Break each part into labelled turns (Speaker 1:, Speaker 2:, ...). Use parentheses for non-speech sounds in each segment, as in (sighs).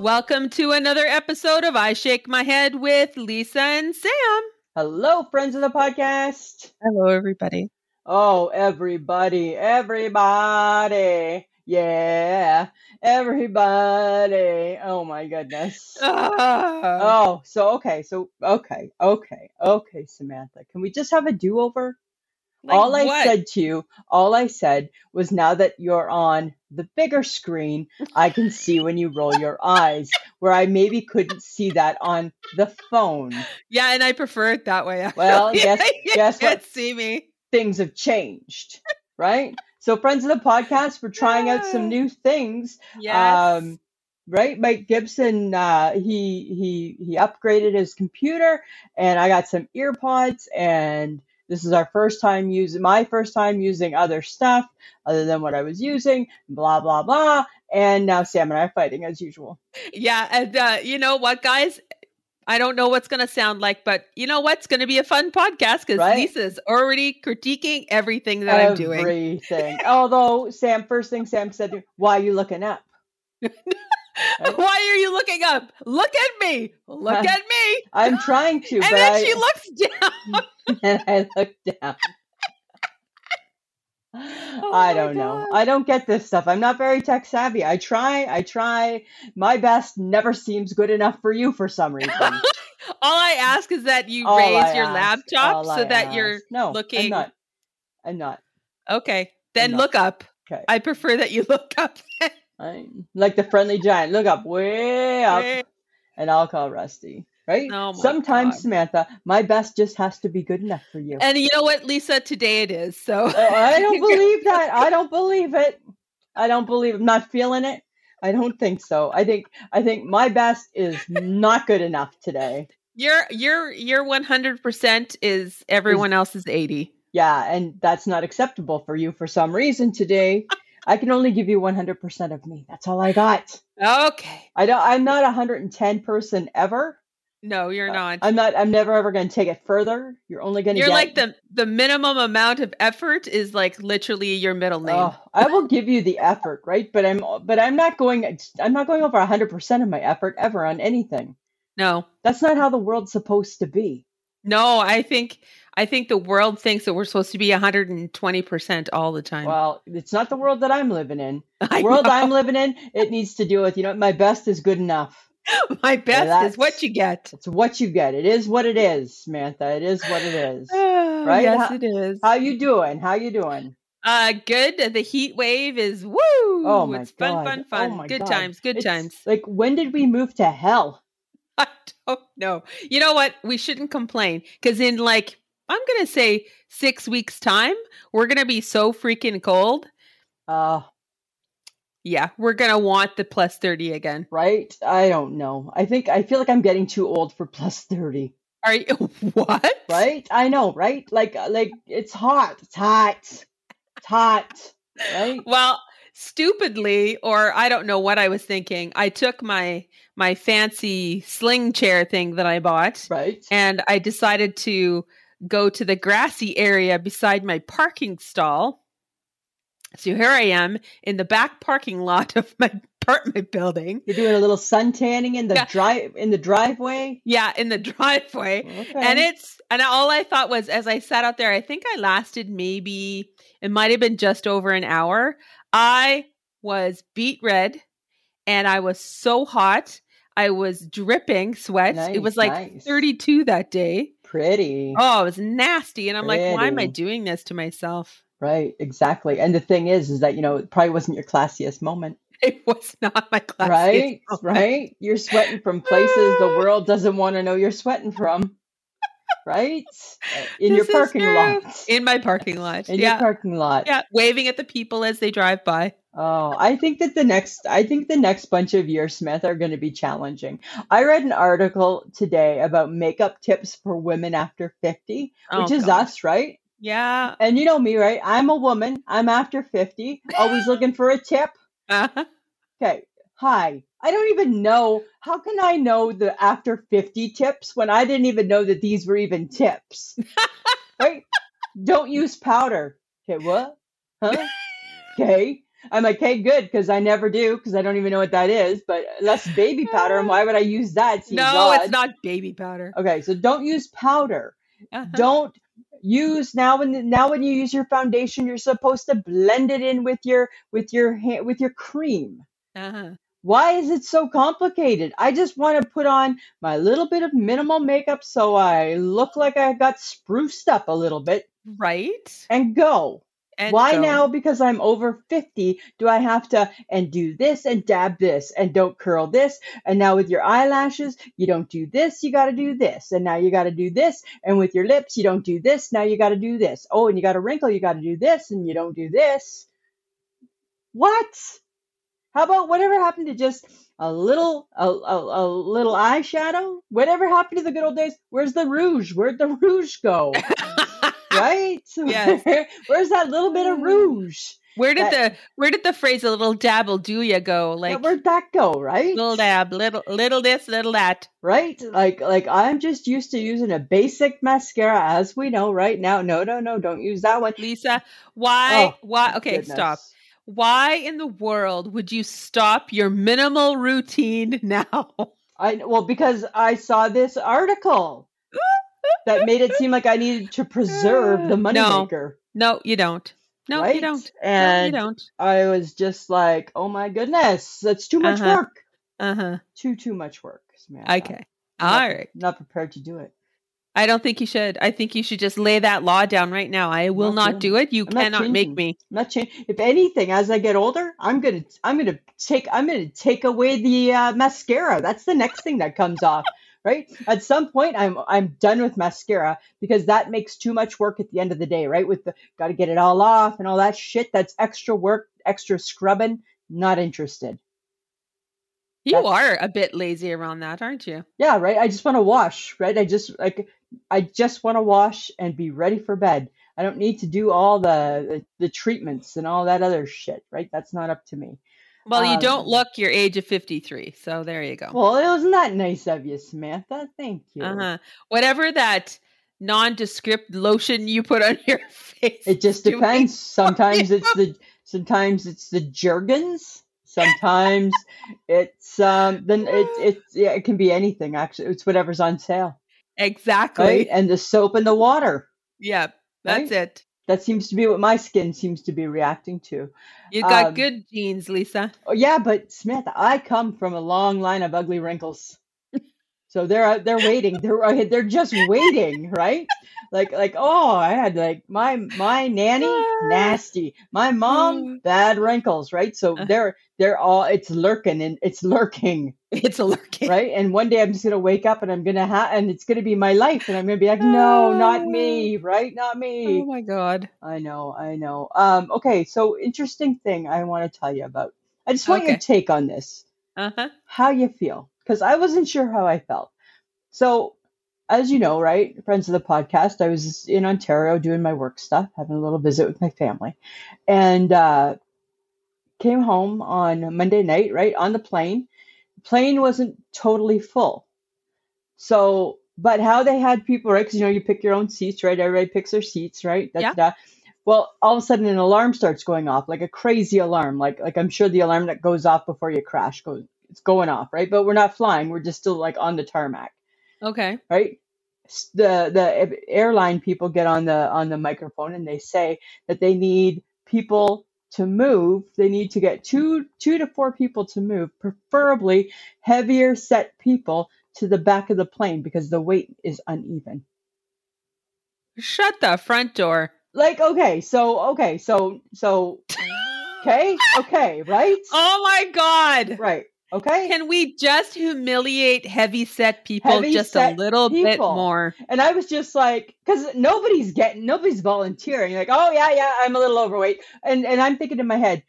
Speaker 1: Welcome to another episode of I Shake My Head with Lisa and Sam.
Speaker 2: Hello, friends of the podcast.
Speaker 3: Hello, everybody.
Speaker 2: Oh, everybody, everybody. Yeah, everybody. Oh, my
Speaker 1: (laughs)
Speaker 2: goodness.
Speaker 1: Uh. Ah.
Speaker 2: Oh, so okay, so okay, okay, okay, Samantha. Can we just have a do over?
Speaker 1: Like
Speaker 2: all I
Speaker 1: what?
Speaker 2: said to you, all I said was now that you're on the bigger screen, I can see when you roll your eyes, where I maybe couldn't see that on the phone.
Speaker 1: Yeah, and I prefer it that way. (laughs)
Speaker 2: Well, guess-
Speaker 1: you
Speaker 2: guess what?
Speaker 1: can't see me.
Speaker 2: things have changed, right? So, friends of the podcast, we're trying out some new things.
Speaker 1: Yes.
Speaker 2: Um, right, Mike Gibson, uh, he he he upgraded his computer, and I got some ear pods, and this is our first time using my first time using other stuff other than what I was using. Blah blah blah. And now Sam and I are fighting as usual.
Speaker 1: yeah, and uh, you know what, guys? I don't know what's going to sound like, but you know what's going to be a fun podcast because
Speaker 2: Right?
Speaker 1: Lisa's already critiquing everything that I'm doing.
Speaker 2: Everything. Although Sam, first thing Sam said, to me, "Why are you looking up?" Right?
Speaker 1: (laughs) Why are you looking up? Look at me.
Speaker 2: (laughs)
Speaker 1: Look at me.
Speaker 2: I'm trying
Speaker 1: (laughs)
Speaker 2: to,
Speaker 1: And
Speaker 2: but
Speaker 1: then
Speaker 2: I,
Speaker 1: she looks down.
Speaker 2: (laughs) and I
Speaker 1: (laughs)
Speaker 2: looked down.
Speaker 1: Oh my
Speaker 2: I don't know.
Speaker 1: God.
Speaker 2: I don't get this stuff. I'm not very tech savvy. I try, I try. My best never seems good enough for you for
Speaker 1: (laughs)
Speaker 2: some reason.
Speaker 1: All I ask is that you
Speaker 2: Um, All
Speaker 1: raise
Speaker 2: I
Speaker 1: your
Speaker 2: ask,
Speaker 1: laptop
Speaker 2: all
Speaker 1: so
Speaker 2: I
Speaker 1: that you're
Speaker 2: ask. no,
Speaker 1: looking-
Speaker 2: I'm not. I'm not.
Speaker 1: okay. Then
Speaker 2: No.
Speaker 1: look up.
Speaker 2: Okay.
Speaker 1: I prefer that you (laughs) look up.
Speaker 2: I'm like the friendly giant. Look up, way up,
Speaker 1: Wait,
Speaker 2: and I'll call Rusty. Right?
Speaker 1: Oh my
Speaker 2: Sometimes,
Speaker 1: God.
Speaker 2: Samantha, my best just has to be good enough for you.
Speaker 1: and you know what, Lisa? Today it is.
Speaker 2: (laughs)
Speaker 1: So (laughs)
Speaker 2: Oh, I don't believe that. I don't believe it. I don't believe. I'm not feeling it. I don't think so. I think I think my best is not good enough today.
Speaker 1: your your your one hundred percent is everyone else's eighty.
Speaker 2: Yeah, and that's not acceptable for you for some reason today. I can only give you 100% of me. That's all I got.
Speaker 1: Okay.
Speaker 2: I don't I'm not a 110 person ever.
Speaker 1: No, you're
Speaker 2: Uh,
Speaker 1: not.
Speaker 2: I'm not I'm never ever going to take it further. You're only going to
Speaker 1: you're
Speaker 2: get
Speaker 1: like the the minimum amount of effort is like literally your middle name.
Speaker 2: Oh, I will give you the effort, right? But I'm but I'm not going I'm not going over 100% of my effort ever on anything.
Speaker 1: No,
Speaker 2: That's not how the world's supposed to be.
Speaker 1: no. I think I think the world thinks that we're supposed to be one hundred and twenty percent all the time.
Speaker 2: Well, it's not the world that I'm living in.
Speaker 1: (laughs) I
Speaker 2: The world
Speaker 1: know.
Speaker 2: I'm living in, it needs to deal with, you know, my best is good enough.
Speaker 1: (laughs) My best is what
Speaker 2: that's-
Speaker 1: you get.
Speaker 2: It's what you get. It is what it is, Samantha. It is what it
Speaker 1: (laughs)
Speaker 2: is.
Speaker 1: Ah,
Speaker 2: (sighs) Right?
Speaker 1: Yes,
Speaker 2: How-
Speaker 1: it is.
Speaker 2: How you doing? How you doing?
Speaker 1: Uh, good. The heat wave is woo.
Speaker 2: Oh my
Speaker 1: it's fun,
Speaker 2: God.
Speaker 1: fun,
Speaker 2: Oh
Speaker 1: fun.
Speaker 2: my
Speaker 1: good
Speaker 2: God.
Speaker 1: times. Good
Speaker 2: It's
Speaker 1: times. (laughs)
Speaker 2: Like when did we move to hell?
Speaker 1: I don't know. You know what? We shouldn't complain because in like I'm gonna say six weeks time, we're gonna be so freaking cold.
Speaker 2: Uh,
Speaker 1: Yeah, we're gonna want the plus thirty again.
Speaker 2: right? I don't know. I think I feel like I'm getting too old for plus 30.
Speaker 1: Are you (laughs) what?
Speaker 2: Right? I know, right? Like uh, like it's hot. It's hot. It's hot. Right?
Speaker 1: (laughs) Well, stupidly, or I don't know what I was thinking. I took my my fancy sling chair thing that I bought.
Speaker 2: Right?
Speaker 1: and I decided to go to the grassy area beside my parking stall. So here I am in the back parking lot (laughs) of my apartment building.
Speaker 2: You're doing a little sun tanning in the
Speaker 1: Yeah.
Speaker 2: drive in the driveway.
Speaker 1: Yeah, in the (laughs) driveway.
Speaker 2: Okay.
Speaker 1: And it's and all I thought was as I sat out there, I think I lasted maybe it might have been just over an hour. I was beat red and I was so hot. I was dripping sweat. it was
Speaker 2: Nice,
Speaker 1: like
Speaker 2: nice.
Speaker 1: 32 that day.
Speaker 2: pretty.
Speaker 1: Oh, it was nasty. And I'm like, why am I
Speaker 2: Pretty.
Speaker 1: doing this to myself? (laughs)
Speaker 2: Right, exactly. And the thing is, is that you know it probably wasn't your classiest moment,
Speaker 1: It was not my class.
Speaker 2: right? Right? You're sweating from places
Speaker 1: (laughs)
Speaker 2: the world doesn't want to know you're sweating from, right? Uh, In your
Speaker 1: This is
Speaker 2: parking
Speaker 1: true.
Speaker 2: lot.
Speaker 1: (laughs) In my parking lot.
Speaker 2: In
Speaker 1: yeah.
Speaker 2: your parking lot.
Speaker 1: yeah. Waving at the people as they drive by.
Speaker 2: Oh, I think that the next, I think the next bunch of years, Smith, are going to be challenging. I read an article today about makeup tips for women after 50,
Speaker 1: Oh,
Speaker 2: which is
Speaker 1: God.
Speaker 2: us, right? (laughs)
Speaker 1: Yeah. (laughs)
Speaker 2: And you know me, right? I'm a woman. I'm after 50,
Speaker 1: (laughs)
Speaker 2: always looking for a tip.
Speaker 1: Uh-huh.
Speaker 2: Okay. Hi. I don't even know. How can I know the after 50 tips when I didn't even know that these were even tips?
Speaker 1: (laughs)
Speaker 2: right? Don't use powder. Okay, what? Huh? Okay. I'm like, hey, good, because I never do, because I don't even know what that is. But that's baby
Speaker 1: (laughs)
Speaker 2: powder, and why would I use that? It seems
Speaker 1: no,
Speaker 2: odd.
Speaker 1: it's not baby powder.
Speaker 2: Okay, so don't use powder.
Speaker 1: Uh-huh.
Speaker 2: Don't use now when now when you use your foundation, you're supposed to blend it in with your with your hand with your cream.
Speaker 1: Uh-huh.
Speaker 2: Why is it so complicated? I just want to put on my little bit of minimal makeup so I look like I got spruced up a little bit
Speaker 1: Right?
Speaker 2: and go.
Speaker 1: And
Speaker 2: Why
Speaker 1: go.
Speaker 2: now? Because I'm over 50, do I have to and do this and dab this and don't curl this? And now with your eyelashes, you don't do this, you got to do this. And now you got to do this. And with your lips, you don't do this, now you got to do this. Oh, and you got a wrinkle, you got to do this and you don't do this. What? How about whatever happened to just a little a, a, a little eyeshadow? Whatever happened to the good old days? Where's the rouge? Where'd the (laughs) rouge go? right? (laughs)
Speaker 1: Yes.
Speaker 2: Where's that little bit of
Speaker 1: Mm.
Speaker 2: rouge?
Speaker 1: (laughs) where did
Speaker 2: that-
Speaker 1: the where did the phrase a little dabble do ya go?
Speaker 2: Yeah,
Speaker 1: Like
Speaker 2: where'd that go, right? (laughs)
Speaker 1: little dab, little little this, little that.
Speaker 2: Right? Like like I'm just used to using a basic mascara as we know right now. No, no, no, don't use that one.
Speaker 1: Lisa, why
Speaker 2: Oh,
Speaker 1: why Uh, okay, stop.
Speaker 2: Goodness.
Speaker 1: Why in the world would you stop your minimal routine now? (laughs)
Speaker 2: I well because I saw
Speaker 1: (laughs)
Speaker 2: this article that made it seem like I needed to preserve
Speaker 1: (sighs)
Speaker 2: the
Speaker 1: No.
Speaker 2: moneymaker.
Speaker 1: No, you don't. No,
Speaker 2: right?
Speaker 1: you don't. No, you
Speaker 2: And
Speaker 1: don't.
Speaker 2: I was just like, oh my goodness, that's too much
Speaker 1: Uh-huh.
Speaker 2: work.
Speaker 1: Uh huh.
Speaker 2: Too too much work. Samantha.
Speaker 1: Okay. All
Speaker 2: Yep.
Speaker 1: right.
Speaker 2: Not prepared to do it.
Speaker 1: I don't think you should. I think you should just lay that law down right now. I will
Speaker 2: not
Speaker 1: not, do it. You
Speaker 2: I'm not
Speaker 1: cannot make
Speaker 2: changing.
Speaker 1: me.
Speaker 2: I'm not changing. If anything, as I get older, I'm gonna I'm gonna take I'm gonna take away the uh, mascara. That's the next thing that comes off, right? At some point, I'm I'm done with mascara because that makes too much work at the end of the day, right? With the got to get it all off and all that shit. That's extra work, extra scrubbing. Not interested.
Speaker 1: You
Speaker 2: That's-
Speaker 1: are a bit lazy around that, aren't you?
Speaker 2: Yeah, right. I just want to wash, right? I just like I just want to wash and be ready for bed. I don't need to do all the, the the treatments and all that other shit, right? That's not up to me.
Speaker 1: Well, you don't
Speaker 2: Um,
Speaker 1: look your age of 53. So there you go.
Speaker 2: Well, it wasn't that nice of you, Samantha. Thank you.
Speaker 1: uh-huh. Whatever that nondescript lotion you put on (laughs) your face.
Speaker 2: It just
Speaker 1: is doing-
Speaker 2: depends. Sometimes it's the sometimes it's the Jergens. Sometimes it's um then it it's yeah, it can be anything actually. It's whatever's on sale,
Speaker 1: Exactly.
Speaker 2: right? And the soap and the water.
Speaker 1: Yeah. That's it.
Speaker 2: That seems to be what my skin seems to be reacting to.
Speaker 1: You got
Speaker 2: Um,
Speaker 1: good genes,
Speaker 2: (laughs)
Speaker 1: Lisa.
Speaker 2: Oh yeah, but Samantha, I come from a long line of ugly wrinkles. So they're out- they're waiting. They're they're just waiting, right? Like like oh, I had like my my nanny nasty, my mom
Speaker 1: Mm.
Speaker 2: bad wrinkles, right? So
Speaker 1: Uh.
Speaker 2: they're they're all it's lurking and it's lurking,
Speaker 1: It's a lurking.
Speaker 2: right? And one day I'm just gonna wake up and I'm gonna have and it's gonna be my life and I'm gonna be like no, not me, right? Not
Speaker 1: Oh
Speaker 2: me.
Speaker 1: my God.
Speaker 2: I know, I know. Um, okay, so interesting thing I want to tell you about. I just want your
Speaker 1: Okay.
Speaker 2: take on this
Speaker 1: Uh huh.
Speaker 2: how you feel because I wasn't sure how I felt. So, as you know, right, friends of the podcast, I was in Ontario doing my work stuff, having a little visit with my family, and uh, came home on Monday night, right, on the plane. The plane wasn't totally full. So, but how they had people, right, because you know, you pick your own seats, right? Everybody picks their seats, right? Da,
Speaker 1: Yeah.
Speaker 2: da, da. Well, all of a sudden, an alarm starts going off, like a crazy alarm, like like I'm sure the alarm that goes off before you crash goes it's going off, right? But we're not flying. We're just still like on the tarmac,
Speaker 1: Okay.
Speaker 2: right? S- The the airline people get on the on the microphone and they say that they need people to move. They need to get two two to four people to move, preferably heavier set people to the back of the plane because the weight is uneven.
Speaker 1: Shut the front door.
Speaker 2: Like okay, so okay, so so okay, okay, right?
Speaker 1: Oh my God.
Speaker 2: Right. Okay.
Speaker 1: Can we just humiliate heavy set people
Speaker 2: Heavy
Speaker 1: just a
Speaker 2: set
Speaker 1: little bit
Speaker 2: people.
Speaker 1: more?
Speaker 2: And I was just like, because nobody's getting, nobody's volunteering. Like, oh yeah, yeah, I'm a little overweight, and and I'm thinking in my head,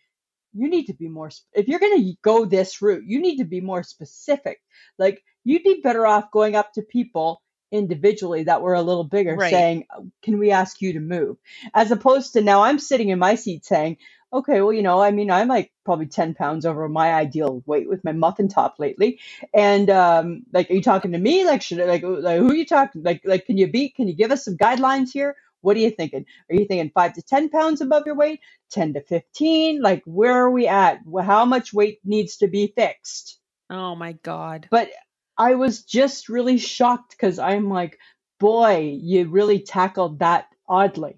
Speaker 2: you need to be more. sp- If you're gonna go this route, you need to be more specific. Like, you'd be better off going up to people individually that were a little bigger,
Speaker 1: Right.
Speaker 2: saying, "Can we ask you to move?" As opposed to now, I'm sitting in my seat saying, "Okay, well, you know, I mean, I'm like probably ten pounds over my ideal weight with my muffin top lately, and um, like, are you talking to me? Like, should I, like, like, who are you talking? Like, like, can you beat? Can you give us some guidelines here? What are you thinking? Are you thinking five to 10 pounds above your weight? 10 to 15? Like, where are we at? How much weight needs to be fixed?
Speaker 1: Oh my God.
Speaker 2: But I was just really shocked because I'm like, boy, you really tackled that oddly.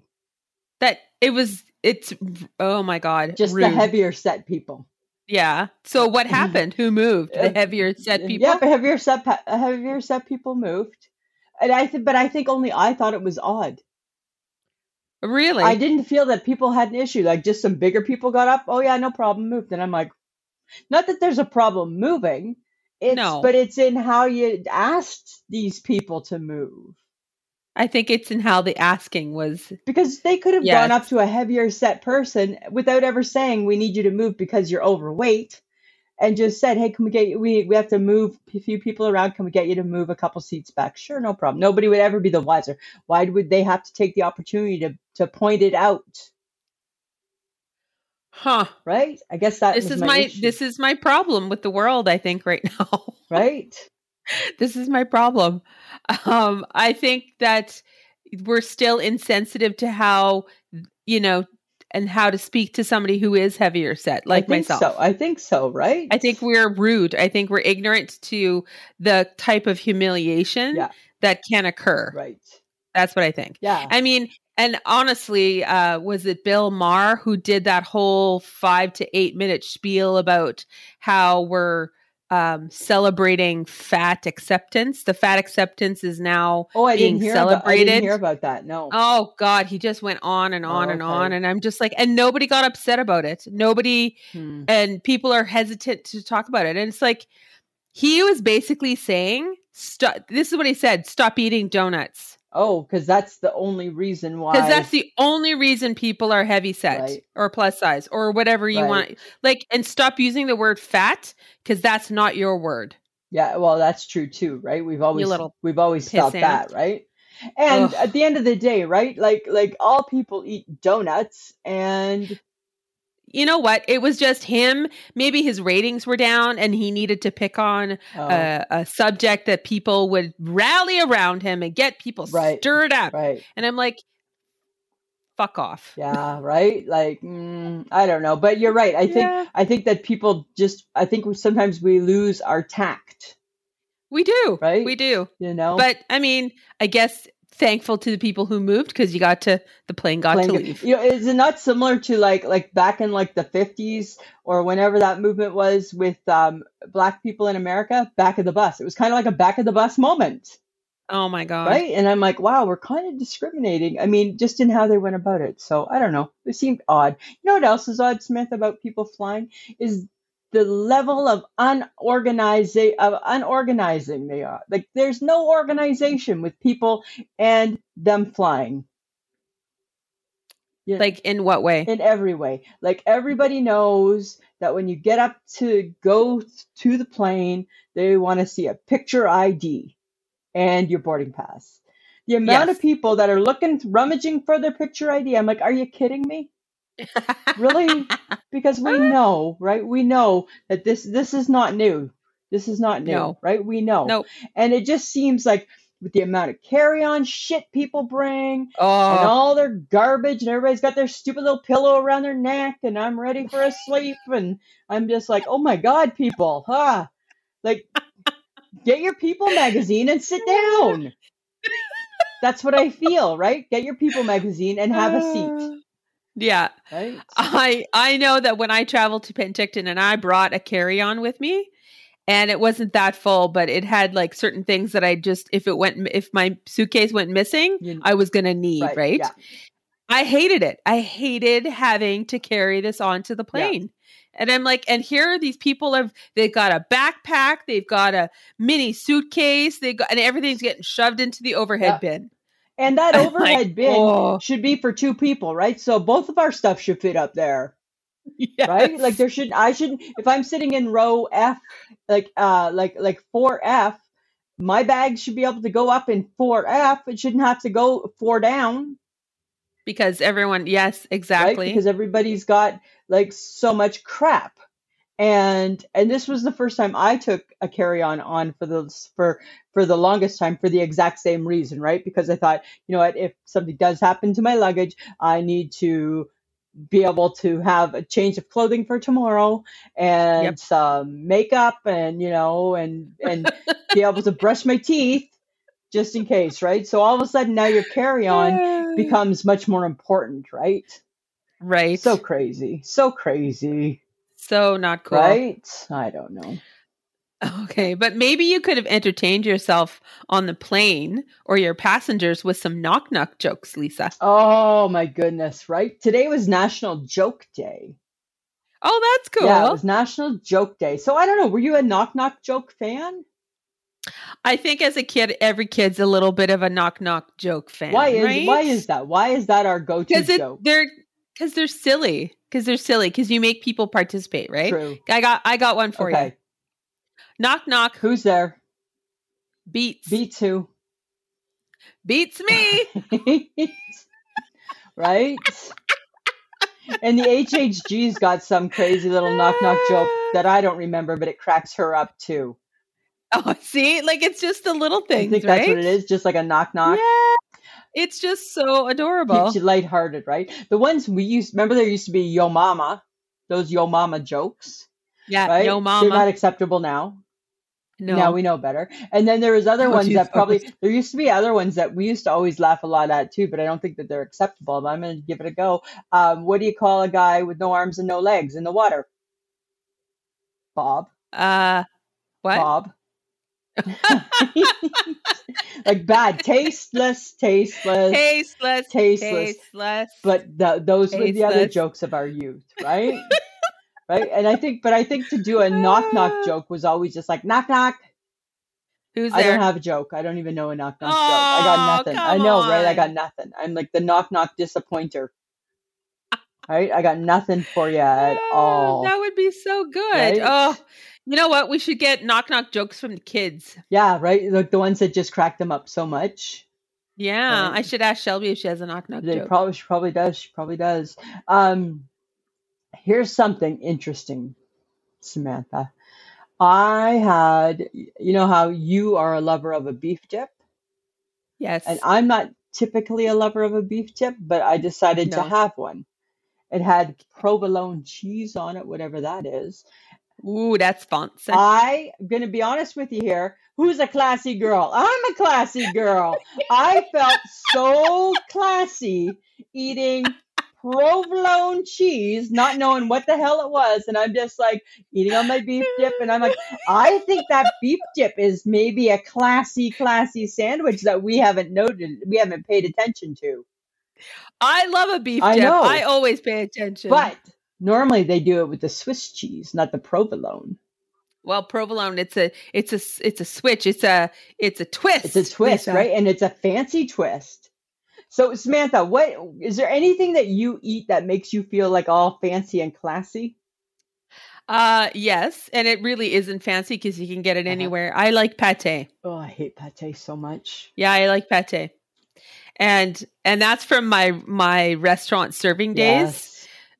Speaker 1: That it was, it's, oh my God.
Speaker 2: Just the
Speaker 1: rude.
Speaker 2: heavier set people.
Speaker 1: Yeah. So
Speaker 2: (laughs)
Speaker 1: what happened? Who moved? The
Speaker 2: Uh,
Speaker 1: heavier set people?
Speaker 2: Yeah, but heavier set, pe- heavier set people moved. And I th- but I think only I thought it was odd.
Speaker 1: Really?
Speaker 2: I didn't feel that people had an issue. Like just some bigger people got up. Oh yeah, no problem, moved. And I'm like, not that there's a problem moving. It's
Speaker 1: No.
Speaker 2: but it's in how you asked these people to move
Speaker 1: I think it's in how the asking was.
Speaker 2: because they could have gone
Speaker 1: Yes.
Speaker 2: up to a heavier set person without ever saying we need you to move because you're overweight and just said hey can we get you we, we have to move a few people around can we get you to move a couple seats back sure no problem nobody would ever be the wiser why would they have to take the opportunity to to point it out
Speaker 1: Huh.
Speaker 2: right i guess that
Speaker 1: This
Speaker 2: was
Speaker 1: is
Speaker 2: my,
Speaker 1: my
Speaker 2: issue,
Speaker 1: this is my problem with the world, I think, right (laughs) now.
Speaker 2: right
Speaker 1: this is my problem. Um, I think that we're still insensitive to how you know and how to speak to somebody who is heavier set, like
Speaker 2: I think
Speaker 1: myself.
Speaker 2: so i think so right
Speaker 1: I think we're rude. I think we're ignorant to the type of humiliation
Speaker 2: Yeah.
Speaker 1: that can occur.
Speaker 2: right
Speaker 1: That's what I think.
Speaker 2: yeah
Speaker 1: I mean, and honestly, uh, was it Bill Maher who did that whole five to eight minute spiel about how we're um, celebrating fat acceptance? The fat acceptance is now.
Speaker 2: oh i didn't
Speaker 1: being
Speaker 2: hear about, i didn't
Speaker 1: celebrated.
Speaker 2: hear about that no
Speaker 1: Oh God, he just went on and on and on,
Speaker 2: Okay.
Speaker 1: and I'm just like, and nobody got upset about it. Nobody,
Speaker 2: Hmm.
Speaker 1: and people are hesitant to talk about it, and it's like he was basically saying, "Stop." This is what he said: "Stop eating donuts."
Speaker 2: oh because that's the only reason why
Speaker 1: because that's the only reason people are heavy set
Speaker 2: Right.
Speaker 1: or plus size or whatever you
Speaker 2: Right.
Speaker 1: want like and stop using the word fat because that's not your word
Speaker 2: Yeah, well, that's true too, right? We've always
Speaker 1: little
Speaker 2: we've always felt
Speaker 1: pissant.
Speaker 2: that, right? And
Speaker 1: Ugh.
Speaker 2: at the end of the day, right? Like like all people eat donuts, and
Speaker 1: you know what it was just him maybe his ratings were down and he needed to pick on
Speaker 2: oh,
Speaker 1: a, a subject that people would rally around him and get people
Speaker 2: Right.
Speaker 1: stirred up (laughs)
Speaker 2: right,
Speaker 1: and i'm like fuck off
Speaker 2: yeah, right. Like mm, I don't know, but you're right. I think
Speaker 1: Yeah.
Speaker 2: I think that people just I think we, sometimes we lose our tact,
Speaker 1: we do
Speaker 2: Right?
Speaker 1: we do
Speaker 2: you know.
Speaker 1: but i mean i guess thankful to the people who moved because you got to the plane got
Speaker 2: playing
Speaker 1: to
Speaker 2: it-
Speaker 1: leave
Speaker 2: You know, is it not similar to like like back in like the fifties or whenever that movement was with um, black people in America? Back of the bus. It was kind of like a back of the bus moment.
Speaker 1: oh my god
Speaker 2: right and i'm like wow we're kind of discriminating i mean just in how they went about it so i don't know it seemed odd you know what else is odd smith about people flying is the level of unorganizing of unorganizing they are like there's no organization with people and them flying yeah
Speaker 1: Like in what
Speaker 2: (laughs)
Speaker 1: way?
Speaker 2: in every way. Like everybody knows that when you get up to go th- to the plane, they want to see a picture ID and your boarding pass. The amount
Speaker 1: Yes.
Speaker 2: of people that are looking, rummaging for their picture ID, I'm like, are you kidding me?
Speaker 1: (laughs)
Speaker 2: Really? Because we
Speaker 1: Uh-huh.
Speaker 2: know, right? We know that this this is not new. This is not new,
Speaker 1: No.
Speaker 2: right? We know.
Speaker 1: Nope.
Speaker 2: And it just seems like with the amount of carry-on shit people bring,
Speaker 1: oh,
Speaker 2: and all their garbage and everybody's got their stupid little pillow around their neck and I'm ready for a sleep and I'm just like, oh my god, people, huh? Like get your people magazine and sit down. That's what I feel, right? Get your people magazine and have a seat.
Speaker 1: (sighs) yeah.
Speaker 2: Right?
Speaker 1: Uh, I I know that when I traveled to Penticton and I brought a carry-on with me and it wasn't that full, but it had like certain things that I just if it went if my suitcase went missing,
Speaker 2: You-
Speaker 1: I was going to need, right?
Speaker 2: Yeah.
Speaker 1: I hated it. I hated having to carry this onto the plane. And I'm like, and here are these people have they've got a backpack, they've got a mini suitcase, they got and everything's getting shoved into the overhead bin.
Speaker 2: And that
Speaker 1: I'm like,
Speaker 2: overhead bin
Speaker 1: oh.
Speaker 2: should be for two people, right? So both of our stuff should fit up there. right like
Speaker 1: (laughs) Yes.
Speaker 2: there should i shouldn't if i'm sitting in row f like uh like like 4f my bag should be able to go up in 4f it shouldn't have to go four down
Speaker 1: because everyone, yes,
Speaker 2: right
Speaker 1: exactly.
Speaker 2: because everybody's got like so much crap and and this was the first time I took a carry on on for the for for the longest time for the exact same reason, right? Because I thought, you know what, if something does happen to my luggage, I need to be able to have a change of clothing for tomorrow and
Speaker 1: Yep.
Speaker 2: some makeup and you know and and be able to brush my teeth just in case, right? So all of a sudden now your
Speaker 1: (laughs)
Speaker 2: carry on becomes much more important, right?
Speaker 1: right.
Speaker 2: So
Speaker 1: So
Speaker 2: crazy. So crazy.
Speaker 1: so not cool.
Speaker 2: Right? I don't know.
Speaker 1: Okay, but maybe you could have entertained yourself on the plane or your passengers with some knock knock jokes, Lisa.
Speaker 2: Oh my goodness, right? Today was National Joke Day.
Speaker 1: Oh, that's cool.
Speaker 2: Yeah, it was National Joke Day. So I don't know, were you a knock knock joke fan?
Speaker 1: I think as a kid, every kid's a little bit of a knock knock joke fan.
Speaker 2: why is
Speaker 1: right?
Speaker 2: why is that? Why is that our go-to
Speaker 1: because it
Speaker 2: joke?
Speaker 1: they're because they're silly because they're silly because you make people participate, right?
Speaker 2: True.
Speaker 1: I got I got one for you.
Speaker 2: Okay.
Speaker 1: Knock knock
Speaker 2: Who's there?
Speaker 1: beats
Speaker 2: B2.
Speaker 1: beats me.
Speaker 2: (laughs) right? And the HHG's got some crazy little knock knock joke that I don't remember, but it cracks her up too.
Speaker 1: oh, (laughs) see, like it's just the little things,
Speaker 2: I think
Speaker 1: right?
Speaker 2: that's what it is, just like a knock knock.
Speaker 1: Yeah, it's just so adorable.
Speaker 2: keeps you lighthearted, right? The ones we used, remember there used to be Yo Mama, those Yo Mama jokes,
Speaker 1: yeah,
Speaker 2: right?
Speaker 1: yo,
Speaker 2: They're not
Speaker 1: mama.
Speaker 2: acceptable now.
Speaker 1: No,
Speaker 2: Now we know better. And then there was other
Speaker 1: Oh,
Speaker 2: ones
Speaker 1: geez,
Speaker 2: that probably
Speaker 1: those.
Speaker 2: there used to be other ones that we used to always laugh a lot at too, but I don't think that they're acceptable. But I'm going to give it a go. Um, what do you call a guy with no arms and no legs in the water? Bob.
Speaker 1: uh, what? (laughs)
Speaker 2: Bob. (laughs) like bad, tasteless, tasteless,
Speaker 1: Tasteless,
Speaker 2: tasteless.
Speaker 1: tasteless.
Speaker 2: but th those were the other
Speaker 1: Tasteless.
Speaker 2: jokes of our youth, right? right? And I think, but I think to do a knock
Speaker 1: Ah.
Speaker 2: knock joke was always just like knock knock.
Speaker 1: who's
Speaker 2: I
Speaker 1: there?
Speaker 2: don't have a joke. I don't even know a knock knock joke. I
Speaker 1: Oh,
Speaker 2: got nothing. I
Speaker 1: come
Speaker 2: know, right? I got
Speaker 1: on.
Speaker 2: nothing. I'm like the knock knock disappointer. Right? I got nothing for
Speaker 1: (laughs)
Speaker 2: you at
Speaker 1: Oh,
Speaker 2: all.
Speaker 1: That would be so good.
Speaker 2: Right?
Speaker 1: Oh, you know what? We should get knock knock jokes from the kids.
Speaker 2: Yeah, right. Like the ones that just cracked them up so much.
Speaker 1: Yeah, I
Speaker 2: Right.
Speaker 1: should ask Shelby if she has a knock knock
Speaker 2: They
Speaker 1: joke.
Speaker 2: probably she probably does. She probably does. Um, here's something interesting, Samantha. I had, you know, how you are a lover of a beef dip,
Speaker 1: yes.
Speaker 2: and I'm not typically a lover of a beef dip, but I decided
Speaker 1: No.
Speaker 2: to have one. It had provolone cheese on it, whatever that is.
Speaker 1: Ooh, that's (laughs) fancy.
Speaker 2: I am going to be honest with you here. Who's a classy girl? I'm a classy girl. I felt so classy eating provolone cheese, not knowing what the hell it was. And I'm just like eating on my beef dip. And I'm like, I think that beef dip is maybe a classy, classy sandwich that we haven't noted, we haven't paid attention to.
Speaker 1: I love a beef
Speaker 2: I
Speaker 1: dip.
Speaker 2: know.
Speaker 1: I always pay attention.
Speaker 2: But normally they do it with the Swiss cheese, not the provolone.
Speaker 1: well, provolone. It's a it's a s- it's a switch. It's a it's a twist.
Speaker 2: It's a twist,
Speaker 1: Lisa.
Speaker 2: right? And it's a fancy twist. So Samantha, what is there anything that you eat that makes you feel like all fancy and classy?
Speaker 1: Uh, yes, and it really isn't fancy because you can get it
Speaker 2: Uh-huh.
Speaker 1: anywhere. I like pate.
Speaker 2: Oh, I hate pate so much.
Speaker 1: Yeah, I like pate, and and that's from my my restaurant serving days.
Speaker 2: Yes.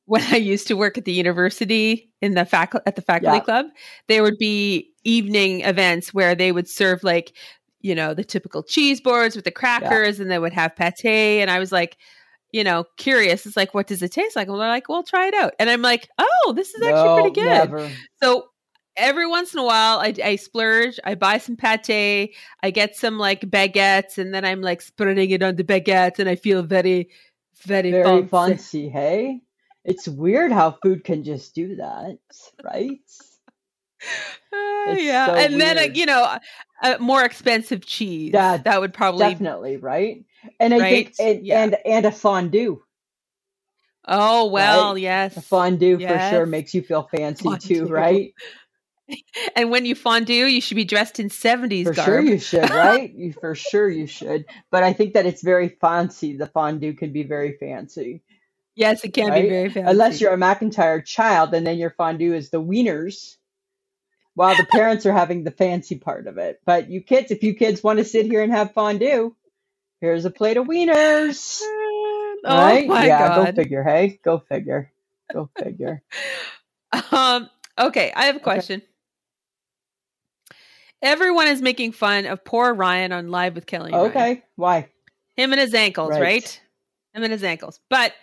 Speaker 1: when I used to work at the university in the facu- at the faculty
Speaker 2: Yeah.
Speaker 1: club, there would be evening events where they would serve like, you know, the typical cheese boards with the crackers and they would have pate. And I was like, you know, curious. It's like, what does it taste like? And they're like, well, try it out. And I'm like, oh, this is actually
Speaker 2: no,
Speaker 1: pretty good.
Speaker 2: Never.
Speaker 1: So every once in a while, I, I splurge. I buy some pate. I get some like baguettes, and then I'm like spreading it on the baguette, and I feel very, very,
Speaker 2: Very
Speaker 1: fancy.
Speaker 2: fancy, hey? It's weird how food can just do that, right?
Speaker 1: Uh,
Speaker 2: It's
Speaker 1: yeah,
Speaker 2: so
Speaker 1: and then uh,
Speaker 2: weird.
Speaker 1: you know, a, a more expensive cheese.
Speaker 2: Yeah,
Speaker 1: that would probably.
Speaker 2: Definitely, right? And I think
Speaker 1: Right?
Speaker 2: and,
Speaker 1: Yeah.
Speaker 2: and and a fondue.
Speaker 1: Oh well, yes.
Speaker 2: A fondue for sure
Speaker 1: Yes.
Speaker 2: makes you feel fancy
Speaker 1: Fondue.
Speaker 2: too, right?
Speaker 1: And when you fondue, you should be dressed in seventies
Speaker 2: For
Speaker 1: garb.
Speaker 2: sure you
Speaker 1: (laughs)
Speaker 2: should, right? You for sure you should. But I think that it's very fancy. The fondue can be very fancy.
Speaker 1: yes, it can be
Speaker 2: Right?
Speaker 1: very fancy.
Speaker 2: Unless you're a McIntyre child and then your fondue is the wieners while the parents are having the fancy part of it. But you kids, if you kids want to sit here and have fondue, here's a plate of wieners.
Speaker 1: Uh, oh
Speaker 2: right?
Speaker 1: my
Speaker 2: yeah, go
Speaker 1: god.
Speaker 2: figure, hey? Go figure. Go figure.
Speaker 1: (laughs) Um, Okay, I have a question. Everyone is making fun of poor Ryan on Live with Kelly. and Ryan.
Speaker 2: Okay. Why?
Speaker 1: Him and his ankles,
Speaker 2: Right.
Speaker 1: right? Him and his ankles. But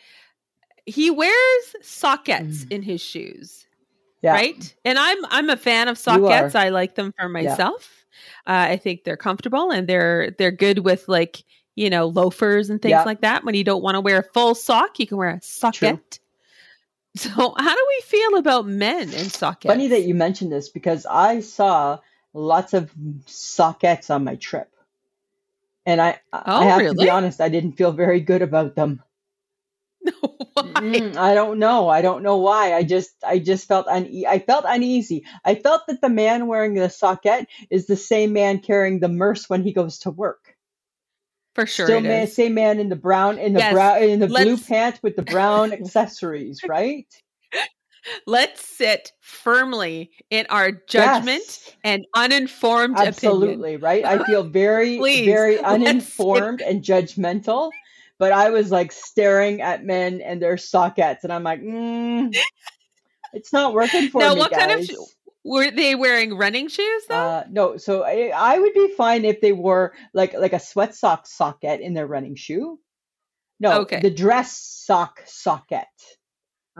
Speaker 1: he wears sockets
Speaker 2: Mm.
Speaker 1: in his shoes,
Speaker 2: Yeah.
Speaker 1: right? And I'm I'm a fan of
Speaker 2: You are.
Speaker 1: sockets. I like them for
Speaker 2: Yeah.
Speaker 1: myself. Uh, I think they're comfortable and they're they're good with like you know loafers and things
Speaker 2: Yeah.
Speaker 1: like that. When you don't want to wear a full sock, you can wear a socket. (laughs) So how do we feel about men and sockets?
Speaker 2: Funny
Speaker 1: (laughs)
Speaker 2: that you mentioned this because I saw lots of sockets on my trip. And I, I
Speaker 1: Oh,
Speaker 2: have to
Speaker 1: really?
Speaker 2: be honest, I didn't feel very good about them.
Speaker 1: no, (laughs) why?
Speaker 2: Mm, I don't know. I don't know why. I just I just felt une- I felt uneasy. I felt that the man wearing the socket is the same man carrying the merce when he goes to work.
Speaker 1: For sure,
Speaker 2: Still
Speaker 1: it
Speaker 2: man,
Speaker 1: is.
Speaker 2: same man in the brown in the
Speaker 1: Yes.
Speaker 2: brown in the blue
Speaker 1: Let's-
Speaker 2: pants with the
Speaker 1: (laughs)
Speaker 2: brown accessories, right?
Speaker 1: Let's sit firmly in our judgment
Speaker 2: Yes,
Speaker 1: and uninformed (laughs) opinion.
Speaker 2: absolutely, right? I feel
Speaker 1: (laughs)
Speaker 2: very
Speaker 1: Please,
Speaker 2: very
Speaker 1: let's sit-
Speaker 2: uninformed and judgmental. But I was like staring at men and their sockets, and I'm like, mm, it's not working
Speaker 1: (laughs)
Speaker 2: for
Speaker 1: Now,
Speaker 2: me,
Speaker 1: what kind of
Speaker 2: guys.
Speaker 1: sh- Were they wearing running shoes though?
Speaker 2: Uh, no, so I, I would be fine if they wore like like a sweat sock socket in their running shoe. No,
Speaker 1: Okay.
Speaker 2: the dress sock socket,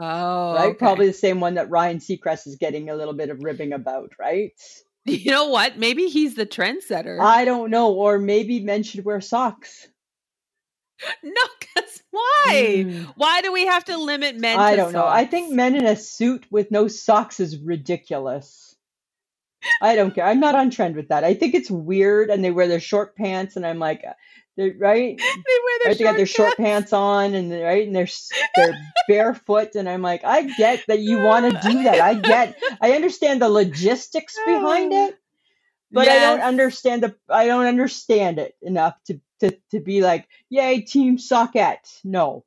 Speaker 1: oh,
Speaker 2: right?
Speaker 1: okay.
Speaker 2: Probably the same one that Ryan Seacrest is getting a little bit of ribbing about, right?
Speaker 1: (laughs) You know what? Maybe he's the trendsetter.
Speaker 2: I don't know, or maybe men should wear socks.
Speaker 1: (laughs) no, because why?
Speaker 2: Mm,
Speaker 1: Why do we have to limit men?
Speaker 2: I
Speaker 1: to
Speaker 2: don't know. I
Speaker 1: socks?
Speaker 2: think men in a suit with no socks is ridiculous. I don't care. I'm not on trend with that. I think it's weird, and they wear their short pants, and I'm like, uh, they're- right?
Speaker 1: they wear (laughs) their
Speaker 2: right? They got their short
Speaker 1: pants. (laughs)
Speaker 2: pants on and they're- right, and they're s- they're barefoot, and I'm like, I get that you want to do that. I get, I understand
Speaker 1: (laughs)
Speaker 2: the logistics behind
Speaker 1: Oh.
Speaker 2: it, but I don't
Speaker 1: Yes.
Speaker 2: understand the, I don't understand it enough to to to be like, yay, team socket. No,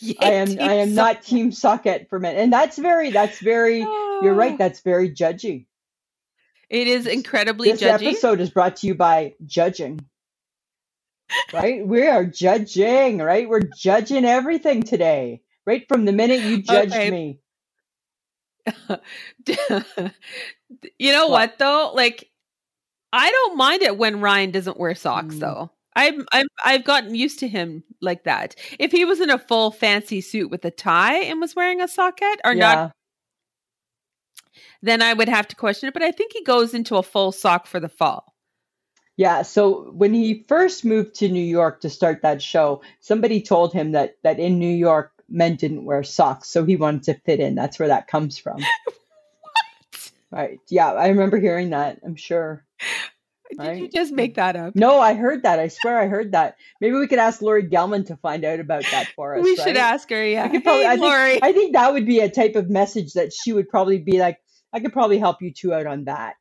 Speaker 1: Yay,
Speaker 2: I am
Speaker 1: team
Speaker 2: I am
Speaker 1: sock-
Speaker 2: not team socket for men, and that's very that's very. You're right.
Speaker 1: Oh.
Speaker 2: That's very judgy.
Speaker 1: It is incredibly
Speaker 2: This
Speaker 1: judgy.
Speaker 2: episode is brought to you by judging. Right? We are judging, right? We're judging everything today. Right from the minute you judged
Speaker 1: Okay.
Speaker 2: me.
Speaker 1: (laughs) you know
Speaker 2: What?
Speaker 1: what? though? Like I don't mind it when Ryan doesn't wear socks
Speaker 2: Mm.
Speaker 1: though. I'm I'm I've gotten used to him like that. If he was in a full fancy suit with a tie and was wearing a socket or not, then I would have to question it. But I think he goes into a full sock for the fall.
Speaker 2: Yeah, so when he first moved to New York to start that show, somebody told him that that in New York men didn't wear socks, so he wanted to fit in. That's where that
Speaker 1: (laughs)
Speaker 2: comes from. Right. Yeah, I remember hearing that. I'm sure.
Speaker 1: Did you
Speaker 2: Right.
Speaker 1: just make that up?
Speaker 2: No, I heard that. I swear I heard that. Maybe we could ask Lori Gelman to find out about that for us.
Speaker 1: we should
Speaker 2: right?
Speaker 1: ask her. Yeah,
Speaker 2: I could probably-
Speaker 1: hey,
Speaker 2: I think-
Speaker 1: Lori.
Speaker 2: I think that would be a type of message that she would probably be like, I could probably help you two out on that,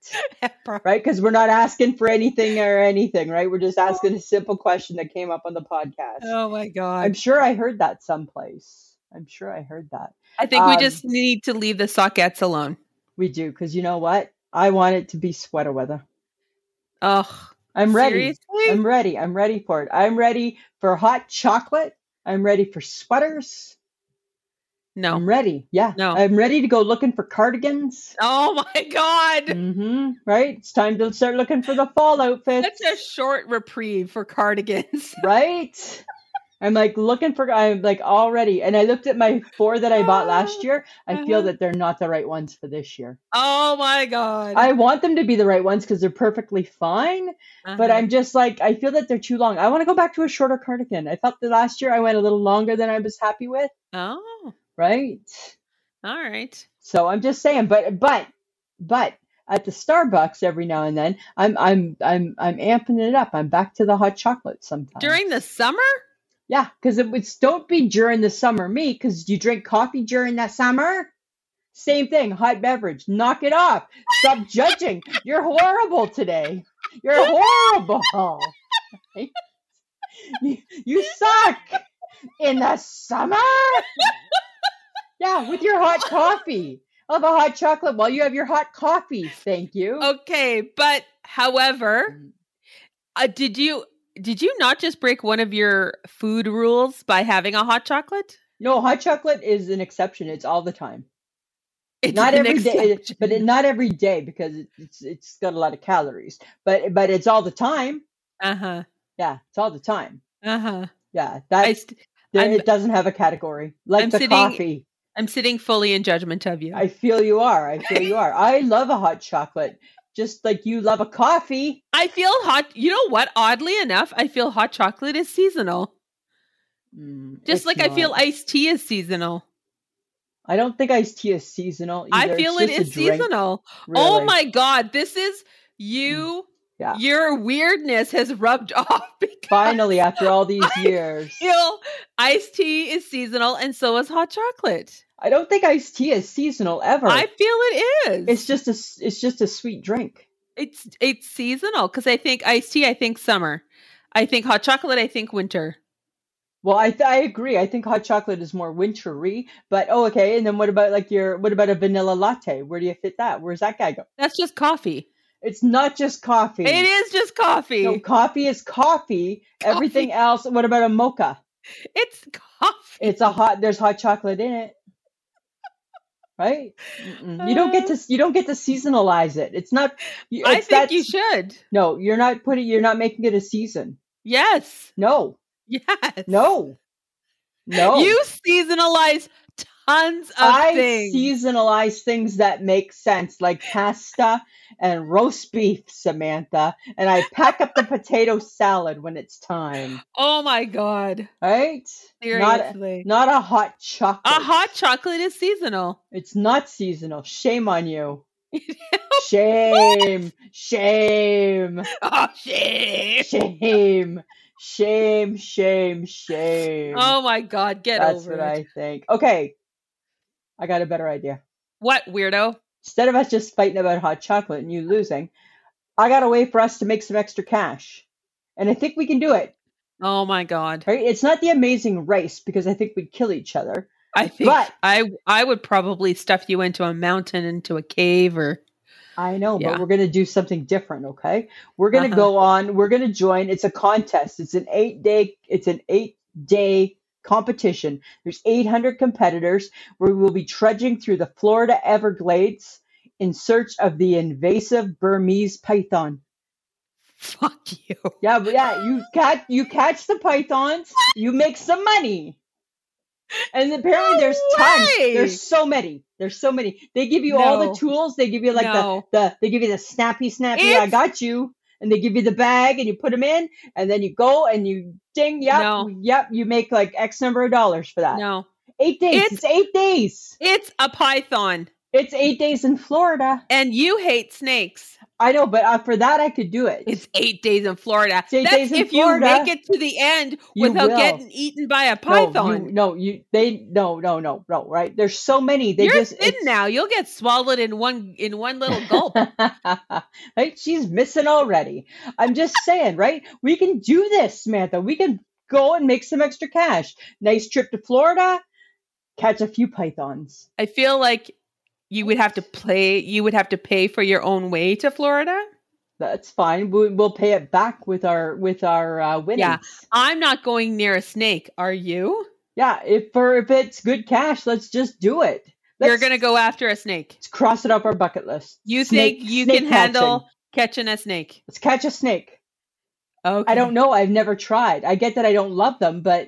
Speaker 1: (laughs)
Speaker 2: right? Because we're not asking for anything or anything, right? We're just asking a simple question that came up on the podcast.
Speaker 1: oh my god!
Speaker 2: I'm sure I heard that someplace. I'm sure I heard that.
Speaker 1: I think we
Speaker 2: um,
Speaker 1: just need to leave the sockets alone.
Speaker 2: We do, because you know what? I want it to be sweater weather.
Speaker 1: Oh,
Speaker 2: I'm ready.
Speaker 1: Seriously? (laughs)
Speaker 2: I'm ready. I'm ready for it. I'm ready for hot chocolate. I'm ready for sweaters.
Speaker 1: no.
Speaker 2: I'm ready. Yeah.
Speaker 1: No.
Speaker 2: I'm ready to go looking for
Speaker 1: (laughs)
Speaker 2: cardigans.
Speaker 1: Oh my god.
Speaker 2: hmm Right? It's time to start looking for the fall outfits.
Speaker 1: That's a short reprieve for cardigans. (laughs)
Speaker 2: right? I'm like looking for, I'm like already. And I looked at my four that I bought last year. I feel
Speaker 1: Uh-huh.
Speaker 2: that they're not the right ones for this year.
Speaker 1: Oh my god.
Speaker 2: I want them to be the right ones because they're perfectly fine. But
Speaker 1: Uh-huh.
Speaker 2: I'm just like, I feel that they're too long. I want to go back to a shorter cardigan. I thought that last year I went a little longer than I was happy with,
Speaker 1: Oh,
Speaker 2: right?
Speaker 1: all right.
Speaker 2: So I'm just saying, but but but at the Starbucks every now and then, I'm I'm I'm I'm amping it up. I'm back to the hot chocolate sometimes.
Speaker 1: During the summer?
Speaker 2: yeah, because it was don't be during the summer, me, because you drink coffee during that summer. Same thing, hot beverage. Knock it off. Stop judging. You're horrible today. You're horrible. (laughs) Right? You, you suck in the summer. Yeah, with your hot coffee. I'll have a hot chocolate while you have your hot coffee. Thank you.
Speaker 1: Okay, but however, uh, did you did you not just break one of your food rules by having a hot chocolate?
Speaker 2: No, hot chocolate is an exception. It's all the time.
Speaker 1: It's
Speaker 2: not
Speaker 1: the
Speaker 2: every
Speaker 1: next
Speaker 2: day,
Speaker 1: section.
Speaker 2: but it, not every day because it, it's it's got a lot of calories. But but it's all the time.
Speaker 1: (laughs) uh-huh.
Speaker 2: Yeah, it's all the time.
Speaker 1: Uh-huh.
Speaker 2: Yeah,
Speaker 1: I
Speaker 2: that
Speaker 1: st-
Speaker 2: there,
Speaker 1: I'm-
Speaker 2: it doesn't have a category like
Speaker 1: I'm
Speaker 2: the
Speaker 1: sitting-
Speaker 2: coffee.
Speaker 1: I'm sitting fully in judgment of you.
Speaker 2: I feel you are. I
Speaker 1: (laughs)
Speaker 2: feel you are. I love a hot chocolate, just like you love a coffee.
Speaker 1: I feel hot. You know what? Oddly enough, I feel hot chocolate is seasonal.
Speaker 2: Mm,
Speaker 1: Just
Speaker 2: it's
Speaker 1: like I feel
Speaker 2: not.
Speaker 1: iced tea is seasonal.
Speaker 2: I don't think iced tea is seasonal. either.
Speaker 1: I
Speaker 2: It's
Speaker 1: feel it
Speaker 2: just a
Speaker 1: is
Speaker 2: drink,
Speaker 1: seasonal. Oh
Speaker 2: really.
Speaker 1: my god, this is you.
Speaker 2: Mm, Yeah.
Speaker 1: Your weirdness has rubbed (laughs) off because
Speaker 2: Finally, after all these
Speaker 1: I
Speaker 2: years,
Speaker 1: I feel iced tea is seasonal and so is hot chocolate.
Speaker 2: I don't think iced tea is seasonal ever.
Speaker 1: I feel it is.
Speaker 2: it's just a s- it's just a sweet drink.
Speaker 1: It's it's seasonal because I think iced tea. I think summer. I think hot chocolate. I think winter.
Speaker 2: Well, I th- I agree. I think hot chocolate is more wintry, but oh, okay. And then what about like your what about a vanilla latte? Where do you fit that? Where's that guy go?
Speaker 1: That's just coffee.
Speaker 2: It's not just coffee.
Speaker 1: It is just coffee.
Speaker 2: No, coffee is coffee. Everything else. What about a mocha?
Speaker 1: It's coffee.
Speaker 2: It's a hot. There's hot chocolate in it, right? Mm-mm. You don't get to you don't get to seasonalize it. It's not. you-
Speaker 1: Uh. I
Speaker 2: it's
Speaker 1: think
Speaker 2: that-
Speaker 1: you should.
Speaker 2: No, you're not putting. You're not making it a season.
Speaker 1: Yes.
Speaker 2: No,
Speaker 1: Yes.
Speaker 2: no, no.
Speaker 1: You seasonalize tons of
Speaker 2: I
Speaker 1: things.
Speaker 2: seasonalize things that make sense, like pasta and roast beef, Samantha. And I pack
Speaker 1: (laughs)
Speaker 2: up the potato salad when it's time.
Speaker 1: oh my god.
Speaker 2: Right? Not a-
Speaker 1: Seriously.
Speaker 2: Not a hot chocolate.
Speaker 1: a hot chocolate is
Speaker 2: (laughs)
Speaker 1: seasonal.
Speaker 2: It's not seasonal. Shame on
Speaker 1: (laughs)
Speaker 2: you. Shame.
Speaker 1: (laughs)
Speaker 2: Shame.
Speaker 1: Oh shit.
Speaker 2: Shame. Shame. Shame. Shame.
Speaker 1: Oh my god, get
Speaker 2: That's
Speaker 1: over
Speaker 2: what
Speaker 1: it.
Speaker 2: I think. Okay. I got a better idea.
Speaker 1: What weirdo?
Speaker 2: instead of us just fighting about hot chocolate and you losing, I got a way for us to make some extra cash. And I think we can do it.
Speaker 1: Oh my god.
Speaker 2: Right? It's not the amazing race because I think we'd kill each other.
Speaker 1: I think
Speaker 2: But-
Speaker 1: I I would probably stuff you into a mountain, into a cave, or (laughs)
Speaker 2: I know,
Speaker 1: Yeah.
Speaker 2: but we're going to do something different, okay? We're going to
Speaker 1: Uh-huh.
Speaker 2: go on, we're going to join. It's a contest. It's an 8-day it's an 8-day competition. There's 800 competitors where we will be trudging through the Florida Everglades in search of the invasive Burmese python.
Speaker 1: fuck you.
Speaker 2: Yeah, but yeah, you catch you catch the pythons, you make some money. And apparently
Speaker 1: No
Speaker 2: there's tons.
Speaker 1: way!
Speaker 2: There's so many. There's so many. They give you all
Speaker 1: No.
Speaker 2: the tools. They give you like
Speaker 1: no.
Speaker 2: the, the they give you the snappy snappy, I
Speaker 1: It's-
Speaker 2: got you. And they give you the bag and you put them in and then you go and you ding, yep,
Speaker 1: No.
Speaker 2: yep, you make like X number of dollars for that.
Speaker 1: no.
Speaker 2: Eight days.
Speaker 1: It's-
Speaker 2: It's, eight days.
Speaker 1: It's a python.
Speaker 2: It's eight days in Florida.
Speaker 1: And you hate snakes.
Speaker 2: I know, but uh, for that I could do it.
Speaker 1: It's eight days in Florida.
Speaker 2: It's eight
Speaker 1: That's
Speaker 2: days in
Speaker 1: if you
Speaker 2: Florida.
Speaker 1: make it to the end
Speaker 2: You
Speaker 1: without
Speaker 2: will.
Speaker 1: getting eaten by a
Speaker 2: No, you-
Speaker 1: python.
Speaker 2: No, you, they no no no no right. There's so many. They
Speaker 1: you, are
Speaker 2: just
Speaker 1: thin
Speaker 2: it's-
Speaker 1: now. You'll get swallowed in one in one little gulp.
Speaker 2: (laughs) right? She's missing already. I'm just saying, right? We can do this, Samantha. We can go and make some extra cash. Nice trip to Florida, catch a few pythons.
Speaker 1: I feel like you would have to play you would have to pay for your own way to Florida.
Speaker 2: That's fine. We, we'll pay it back with our with our uh, winnings.
Speaker 1: Yeah. I'm not going near a snake, are you?
Speaker 2: Yeah, If for if it's good cash, let's just do it. Let's,
Speaker 1: You're gonna go after a snake.
Speaker 2: let's cross it up our bucket list.
Speaker 1: You
Speaker 2: Snake-
Speaker 1: think you
Speaker 2: snake
Speaker 1: can
Speaker 2: catching.
Speaker 1: handle catching a snake?
Speaker 2: Let's catch a snake.
Speaker 1: Okay.
Speaker 2: I don't know. I've never tried. I get that I don't love them, but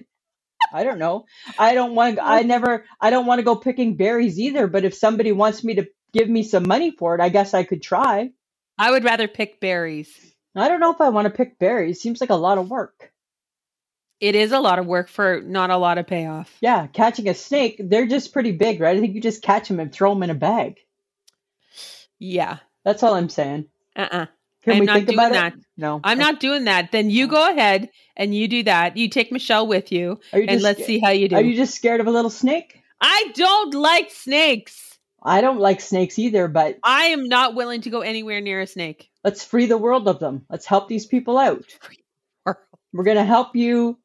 Speaker 2: I don't know. I don't want. I never. I don't want to go picking berries either. But if somebody wants me to give me some money for it, I guess I could try.
Speaker 1: I would rather pick berries.
Speaker 2: I don't know if I want to pick berries. Seems like a lot of work.
Speaker 1: It is a lot of work for not a lot of payoff.
Speaker 2: Yeah, catching a snake. They're just pretty big, right? I think you just catch them and throw them in a bag.
Speaker 1: Yeah.
Speaker 2: That's all I'm saying.
Speaker 1: Uh-uh.
Speaker 2: Can
Speaker 1: I'm
Speaker 2: we
Speaker 1: not
Speaker 2: think
Speaker 1: doing
Speaker 2: about
Speaker 1: that.
Speaker 2: it? Oh. No,
Speaker 1: I'm not doing that. Then you go ahead and you do that. You take Michelle with you,
Speaker 2: Are you
Speaker 1: and
Speaker 2: just,
Speaker 1: let's see how you do.
Speaker 2: Are you just scared of a little snake?
Speaker 1: I don't like snakes.
Speaker 2: I don't like snakes either, but
Speaker 1: I am not willing to go anywhere near a snake.
Speaker 2: let's free the world of them. Let's help these
Speaker 1: (laughs)
Speaker 2: people out. We're going to help you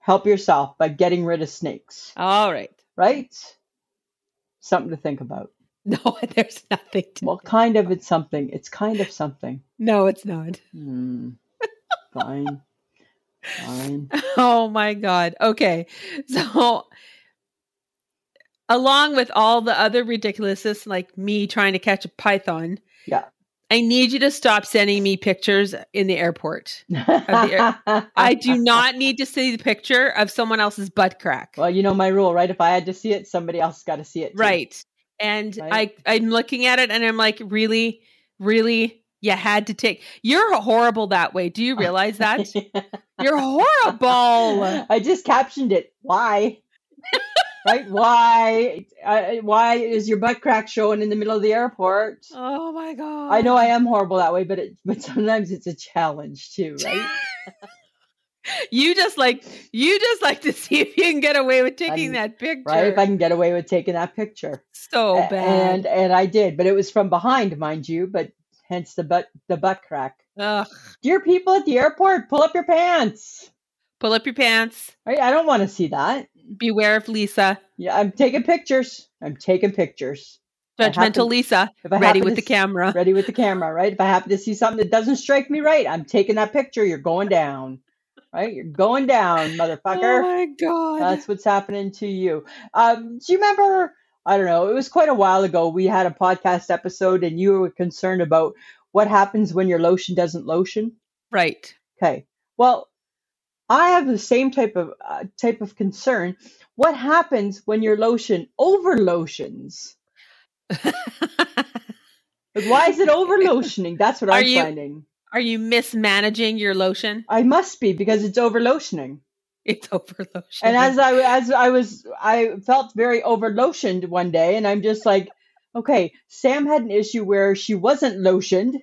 Speaker 2: help yourself by getting rid of snakes,
Speaker 1: All right. (laughs)
Speaker 2: right? Something to think about.
Speaker 1: No, there's nothing to.
Speaker 2: Well, kind of it's something. It's kind of something.
Speaker 1: No, it's (laughs) not.
Speaker 2: Hmm. (laughs) Fine. Fine.
Speaker 1: Oh my god. Okay. So along with all the other ridiculousness, like me trying to catch a python.
Speaker 2: Yeah.
Speaker 1: I need you to stop sending me pictures in the airport. the
Speaker 2: (laughs)
Speaker 1: I do not need to see the picture of someone else's butt crack.
Speaker 2: Well, you know my rule, right? If I had to see it, somebody else got to see it. too.
Speaker 1: right. And
Speaker 2: Right.
Speaker 1: I I'm looking at it and I'm like, really, really, you had to take. You're horrible that way. (laughs) Do you realize that?
Speaker 2: (laughs)
Speaker 1: You're horrible.
Speaker 2: I just captioned it. Why? right? Why? I, why is your butt crack showing in the middle of the airport?
Speaker 1: (laughs) Oh my god. (laughs)
Speaker 2: I know I am horrible that way, but it, but sometimes it's a challenge too,
Speaker 1: (laughs)
Speaker 2: right?
Speaker 1: You just like you just like to (laughs) see if you can get away with taking
Speaker 2: I'm-
Speaker 1: that picture.
Speaker 2: Right? If I can get away with taking that picture.
Speaker 1: so
Speaker 2: A-
Speaker 1: bad.
Speaker 2: And and I did, but it was from behind, mind you, but hence the butt the butt crack.
Speaker 1: Ugh.
Speaker 2: Dear people at the airport, pull up your pants.
Speaker 1: Pull up your pants.
Speaker 2: Right? I don't want to see that.
Speaker 1: Beware of Lisa.
Speaker 2: Yeah, I'm taking pictures. I'm taking pictures. I happen-
Speaker 1: Judgmental Lisa.
Speaker 2: If I
Speaker 1: Ready
Speaker 2: happen
Speaker 1: with the
Speaker 2: to s-
Speaker 1: camera.
Speaker 2: ready with the camera, right? If I happen to see something that doesn't strike me right, I'm taking that picture. You're going down, right? You're
Speaker 1: (laughs)
Speaker 2: going down,
Speaker 1: Oh
Speaker 2: motherfucker.
Speaker 1: my god.
Speaker 2: That's what's happening to you. Um, do you remember? I don't know. It was quite a while ago. We had a podcast episode, and you were concerned about what happens when your lotion doesn't lotion.
Speaker 1: right. (laughs)
Speaker 2: Okay. Well, I have the same type of uh, type of concern. What happens when your lotion over lotions? Like, why is it over lotioning? That's what
Speaker 1: Are
Speaker 2: I'm
Speaker 1: you-
Speaker 2: finding.
Speaker 1: Are you mismanaging your lotion?
Speaker 2: I must be because it's over lotioning.
Speaker 1: It's (laughs) over lotion.
Speaker 2: And as I as I was, I felt very over lotioned one day, and I'm just like, okay, Sam had an issue where she wasn't lotioned,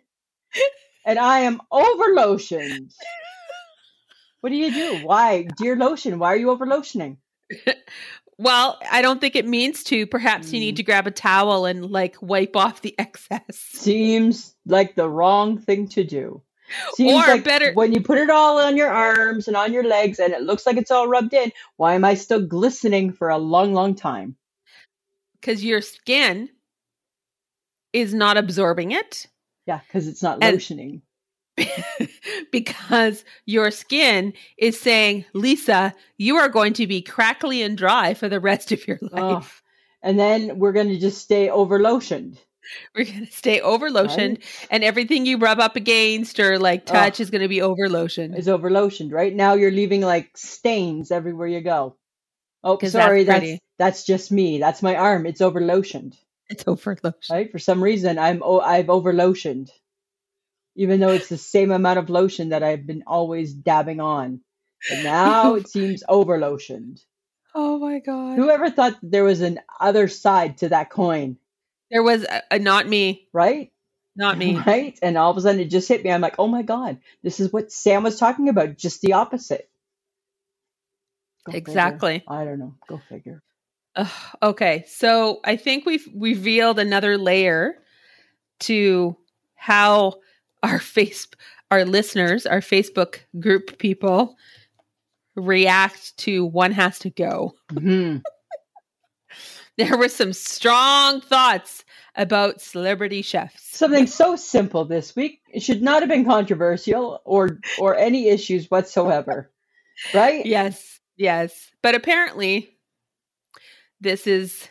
Speaker 2: and I am over lotioned. What do you do? Why, dear lotion? Why are you over lotioning?
Speaker 1: well, I don't think it means to. Perhaps you need
Speaker 2: Mm.
Speaker 1: to grab a towel and like wipe off the (laughs) excess.
Speaker 2: Seems like the wrong thing to do. Seems
Speaker 1: Or
Speaker 2: like
Speaker 1: better-
Speaker 2: when you put it all on your arms and on your legs, and it looks like it's all rubbed in. Why am I still glistening for a long, long time?
Speaker 1: Because your skin is not absorbing (laughs) it
Speaker 2: Yeah, because it's not
Speaker 1: And-
Speaker 2: lotioning.
Speaker 1: because your skin is saying, Lisa, you are going to be crackly and dry for the rest of your (laughs)
Speaker 2: Oh,
Speaker 1: life.
Speaker 2: and then we're going to just stay over lotioned.
Speaker 1: We're going to stay over lotioned, and everything you rub up against or like
Speaker 2: Ugh.
Speaker 1: touch is going to be over lotioned.
Speaker 2: Is over lotioned. Right now, you're leaving like stains everywhere you go. Oh,
Speaker 1: 'Cause that's
Speaker 2: sorry, that's
Speaker 1: pretty.
Speaker 2: that's, just me. That's my arm. It's over lotioned.
Speaker 1: It's over lotioned.
Speaker 2: Right? For some reason, I'm oh, I've over lotioned, even though it's the same amount of lotion that I've been always dabbing on. But
Speaker 1: (laughs)
Speaker 2: now it seems over lotioned.
Speaker 1: Oh my god.
Speaker 2: Whoever thought that there was an other side to that coin,
Speaker 1: There was a, a not me,
Speaker 2: right?
Speaker 1: not me.
Speaker 2: (laughs)
Speaker 1: (laughs)
Speaker 2: Right? And all of a sudden it just hit me. I'm like, oh my God, this is what Sam was talking about, just the opposite. Go figure.
Speaker 1: Exactly.
Speaker 2: I don't know. Go figure.
Speaker 1: Ugh, okay, so I think we've revealed another layer to how our face, our listeners, our Facebook group people react to one has to go. (laughs)
Speaker 2: Mhm.
Speaker 1: There were some strong thoughts about celebrity chefs.
Speaker 2: Something so simple this week. It should not have been controversial or or any issues
Speaker 1: (laughs)
Speaker 2: whatsoever. Right?
Speaker 1: Yes, yes, but apparently this is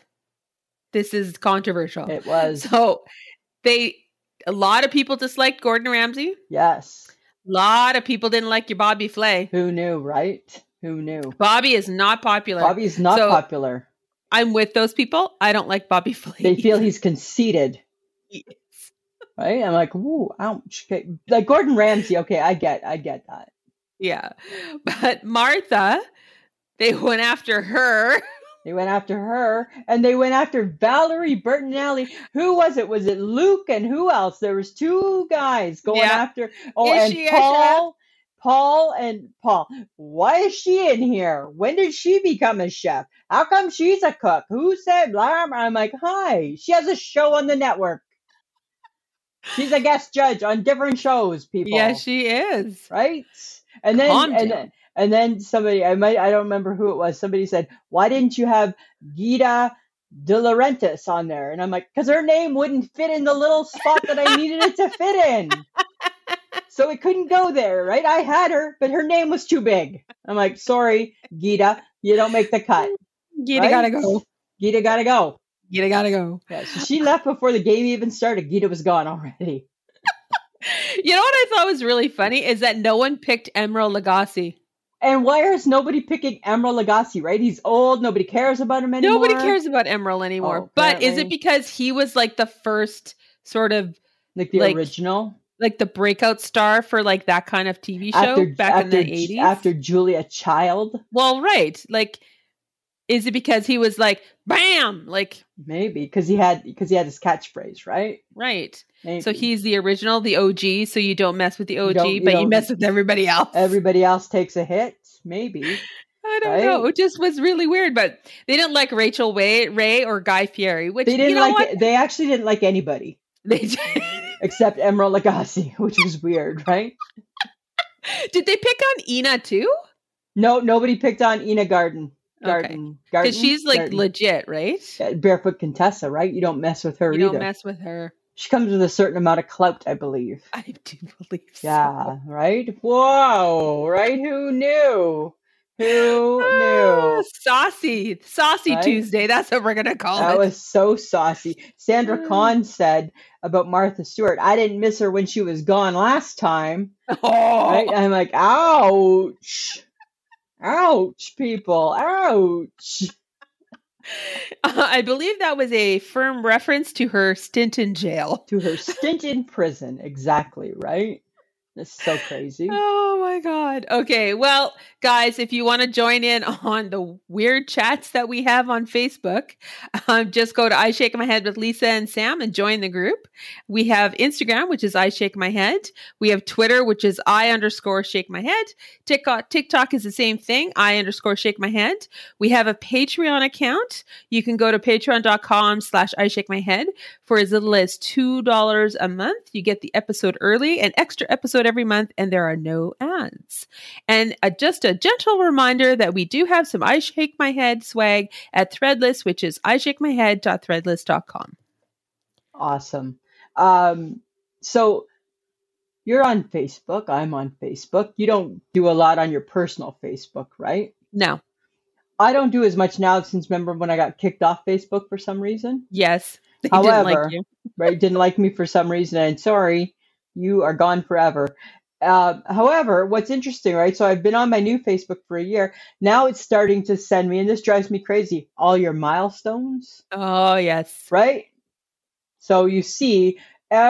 Speaker 1: this is controversial.
Speaker 2: It was.
Speaker 1: So they a lot of people disliked Gordon Ramsay.
Speaker 2: Yes.
Speaker 1: A lot of people didn't like your Bobby Flay.
Speaker 2: Who knew, right? Who knew?
Speaker 1: Bobby is not popular.
Speaker 2: Bobby's not
Speaker 1: So- (laughs)
Speaker 2: popular.
Speaker 1: I'm with those people. I don't like Bobby (laughs) Flay.
Speaker 2: They feel he's conceited.
Speaker 1: Yes.
Speaker 2: Right? I'm like, ooh, ouch. Okay. Like Gordon Ramsay, okay, I get I get that.
Speaker 1: yeah. But Martha, they went after her.
Speaker 2: They went after her, and they went after Valerie Bertinelli. Who was it? Was it Luke and who else? There was two guys going
Speaker 1: Yeah.
Speaker 2: after. Oh,
Speaker 1: Is
Speaker 2: and
Speaker 1: she a chef?
Speaker 2: Paul, Paul and Paul. Why is she in here? When did she become a chef? How come she's a cook? Who said blah? blah? I'm like, hi. She has a show on the network. She's a guest judge on different shows. People
Speaker 1: Yes, she is.
Speaker 2: right? And then
Speaker 1: Calm
Speaker 2: and,
Speaker 1: down.
Speaker 2: and then somebody I might I don't remember who it was. Somebody said, "Why didn't you have Gita De Laurentiis on there?" And I'm like, "Cause her name wouldn't fit in the little spot that I needed it to fit
Speaker 1: (laughs)
Speaker 2: in, so it couldn't go there, right? I had her, but her name was too big. I'm like, sorry, Gita, you don't make the cut.
Speaker 1: You
Speaker 2: right?
Speaker 1: gotta go.
Speaker 2: Gita gotta go.
Speaker 1: Gita gotta go.
Speaker 2: Yeah, so
Speaker 1: (laughs)
Speaker 2: she left before the game even started. Gita was gone already.
Speaker 1: You know what I thought was really funny is that no one picked Emeril Lagasse.
Speaker 2: And why is nobody picking Emeril Lagasse, right? He's old. Nobody cares about him anymore.
Speaker 1: Nobody cares about Emeril anymore.
Speaker 2: Oh,
Speaker 1: but is it
Speaker 2: apparently.
Speaker 1: because he was like the first sort of
Speaker 2: Like the
Speaker 1: like,
Speaker 2: original.
Speaker 1: like the breakout star for like that kind of TV show back
Speaker 2: after,
Speaker 1: in the eighties?
Speaker 2: After Julia Child,
Speaker 1: well, right. Like is it because he was like bam? Like
Speaker 2: maybe because he had because he had his catchphrase, right?
Speaker 1: right. So
Speaker 2: Maybe.
Speaker 1: he's the original, the OG, so you don't mess with the OG,
Speaker 2: don't- you
Speaker 1: but you
Speaker 2: don't-
Speaker 1: mess with everybody else.
Speaker 2: everybody else takes a hit, maybe.
Speaker 1: (laughs) I don't
Speaker 2: Right?
Speaker 1: know. It just was really weird. But they didn't like Rachel Way, Ray or Guy Fieri, which
Speaker 2: They didn't
Speaker 1: you know
Speaker 2: like
Speaker 1: what?
Speaker 2: it. They actually didn't like anybody
Speaker 1: (laughs) They did.
Speaker 2: except Emeril Lagasse, (laughs) which is weird, right?
Speaker 1: (laughs) did they pick on Ina too?
Speaker 2: No, nobody picked on Ina Garden. Garden. Garden.
Speaker 1: Because she's like
Speaker 2: Garden.
Speaker 1: legit, right?
Speaker 2: Yeah, Barefoot Contessa, right? You don't mess with her
Speaker 1: You
Speaker 2: either.
Speaker 1: don't mess with her. (laughs)
Speaker 2: she comes with a certain amount of clout, I believe.
Speaker 1: I do believe so.
Speaker 2: Yeah, right? Whoa, right? Who knew? Who
Speaker 1: Ah,
Speaker 2: knew?
Speaker 1: saucy. Saucy
Speaker 2: Right?
Speaker 1: Tuesday. That's what we're gonna call
Speaker 2: That
Speaker 1: it.
Speaker 2: was so saucy. Sandra
Speaker 1: Oh, Mm.
Speaker 2: Khan said about Martha Stewart, I didn't miss her when she was gone last time.
Speaker 1: (laughs) oh.
Speaker 2: Right? I'm like, ouch. Ouch, people. Ouch.
Speaker 1: (laughs) I believe that was a firm reference to her stint in jail.
Speaker 2: To her stint in prison. Exactly, right? That's so crazy.
Speaker 1: Oh my God. Okay. Well, guys, if you want to join in on the weird chats that we have on Facebook, um, just go to I Shake My Head with Lisa and Sam and join the group. We have Instagram, which is I Shake My Head. We have Twitter, which is I underscore Shake My Head. TikTok, TikTok is the same thing, I underscore Shake My Head. We have a Patreon account. You can go to patreon.com slash I Shake My Head for as little as $2 a month. You get the episode early, an extra episode every month, and there are no ads. And uh, just a gentle reminder that we do have some I Shake My Head swag at Threadless, which is ishakemyhead.threadless.com.
Speaker 2: Awesome. Um, so you're on Facebook. I'm on Facebook. You don't do a lot on your personal Facebook, right?
Speaker 1: Now,
Speaker 2: I don't do as much now since remember when I got kicked off Facebook for some reason,
Speaker 1: yes, they
Speaker 2: However-
Speaker 1: you.
Speaker 2: right? Didn't like me for some reason, and sorry, you are gone forever. Uh, however, what's interesting, right? So I've been on my new Facebook for a year. Now it's starting to send me, and this drives me crazy. All your milestones.
Speaker 1: Oh, yes.
Speaker 2: right? So you see,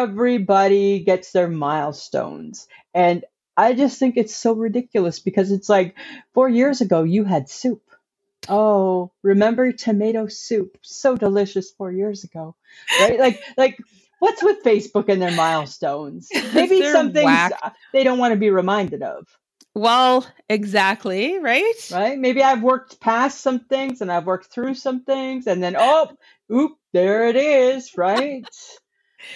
Speaker 2: everybody gets their milestones. And I just think it's so ridiculous because it's like four years ago, you had soup. Oh, remember tomato soup? So delicious four years ago, right? like, like what's with Facebook and
Speaker 1: (laughs)
Speaker 2: their milestones? Maybe
Speaker 1: They're
Speaker 2: some things
Speaker 1: whack.
Speaker 2: uh, they don't want to be reminded of,
Speaker 1: Well, exactly, right?
Speaker 2: right? Maybe I've worked past some things and I've worked through some things, and then oh, oop, there it
Speaker 1: (laughs)
Speaker 2: is, right?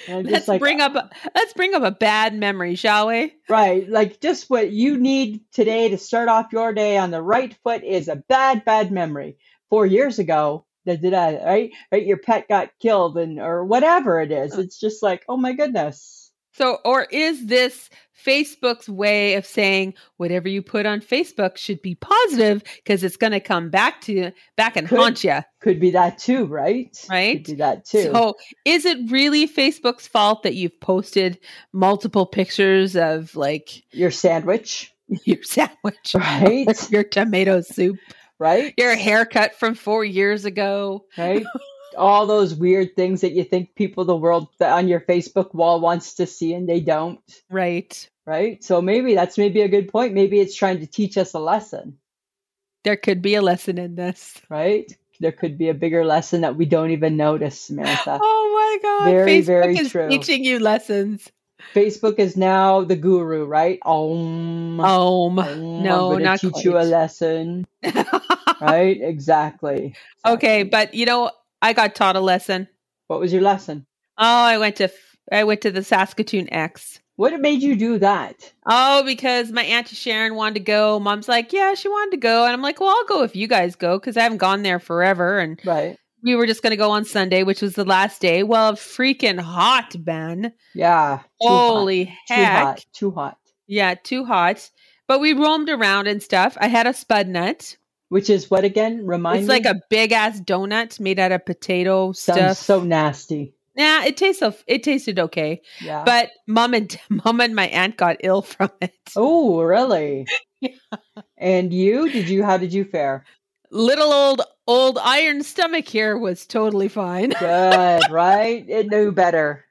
Speaker 2: And
Speaker 1: Let's bring up a, let's bring up a bad memory, shall we?
Speaker 2: Right. Like just what you need today to start off your day on the right foot is a bad, bad memory. Four years ago, da, da, da, right? Right. Your pet got killed and or whatever it is. It's just like, oh my goodness.
Speaker 1: So, or is this Facebook's way of saying whatever you put on Facebook should be positive because it's going to come back to back and
Speaker 2: Could-
Speaker 1: haunt you,
Speaker 2: Could be that too, right?
Speaker 1: right?
Speaker 2: Could be that too.
Speaker 1: So, is it really Facebook's fault that you've posted multiple pictures of like (laughs)
Speaker 2: your sandwich. (laughs)
Speaker 1: your sandwich, (laughs)
Speaker 2: Right.
Speaker 1: your tomato soup,
Speaker 2: right.
Speaker 1: your haircut from four years ago?
Speaker 2: right? All those weird things that you think people the world that on your Facebook wall wants to see and they don't.
Speaker 1: Right.
Speaker 2: Right. So maybe that's maybe a good point. Maybe it's trying to teach us a lesson.
Speaker 1: There could be a lesson in this.
Speaker 2: right? There could be a bigger lesson that we don't even
Speaker 1: (gasps)
Speaker 2: notice, Samantha.
Speaker 1: Oh my God.
Speaker 2: Very,
Speaker 1: Facebook
Speaker 2: very
Speaker 1: is
Speaker 2: true.
Speaker 1: teaching you lessons.
Speaker 2: Facebook is now the guru, right? Um,
Speaker 1: Oh,
Speaker 2: um,
Speaker 1: no,
Speaker 2: I'm gonna
Speaker 1: not
Speaker 2: teach you a
Speaker 1: quite.
Speaker 2: lesson,
Speaker 1: (laughs)
Speaker 2: right? exactly.
Speaker 1: Okay,
Speaker 2: Exactly.
Speaker 1: but you know, I got taught a lesson.
Speaker 2: what was your lesson?
Speaker 1: Oh, I went to I went to the Saskatoon X.
Speaker 2: What made you do that?
Speaker 1: Oh, because my auntie Sharon wanted to go. Mom's like, yeah, she wanted to go, and I'm like, well, I'll go if you guys go because I haven't gone there forever, and
Speaker 2: Right?
Speaker 1: we were just gonna go on Sunday, which was the last day. Well, freaking hot, Ben.
Speaker 2: Yeah. too hot,
Speaker 1: Holy
Speaker 2: too
Speaker 1: heck!
Speaker 2: hot. Too hot.
Speaker 1: Yeah, too hot. But we roamed around and stuff. I had a spud nut.
Speaker 2: Which is what again? Remind
Speaker 1: it's
Speaker 2: me.
Speaker 1: like a big ass donut made out of potato
Speaker 2: Sounds
Speaker 1: stuff.
Speaker 2: so nasty.
Speaker 1: Nah, it tastes of it tasted okay,
Speaker 2: Yeah.
Speaker 1: but mom and (laughs) mom and my aunt got ill from it.
Speaker 2: oh, really?
Speaker 1: (laughs) Yeah.
Speaker 2: And you? Did you? How did you fare?
Speaker 1: Little old old iron stomach here was totally fine.
Speaker 2: Good, right? It knew better.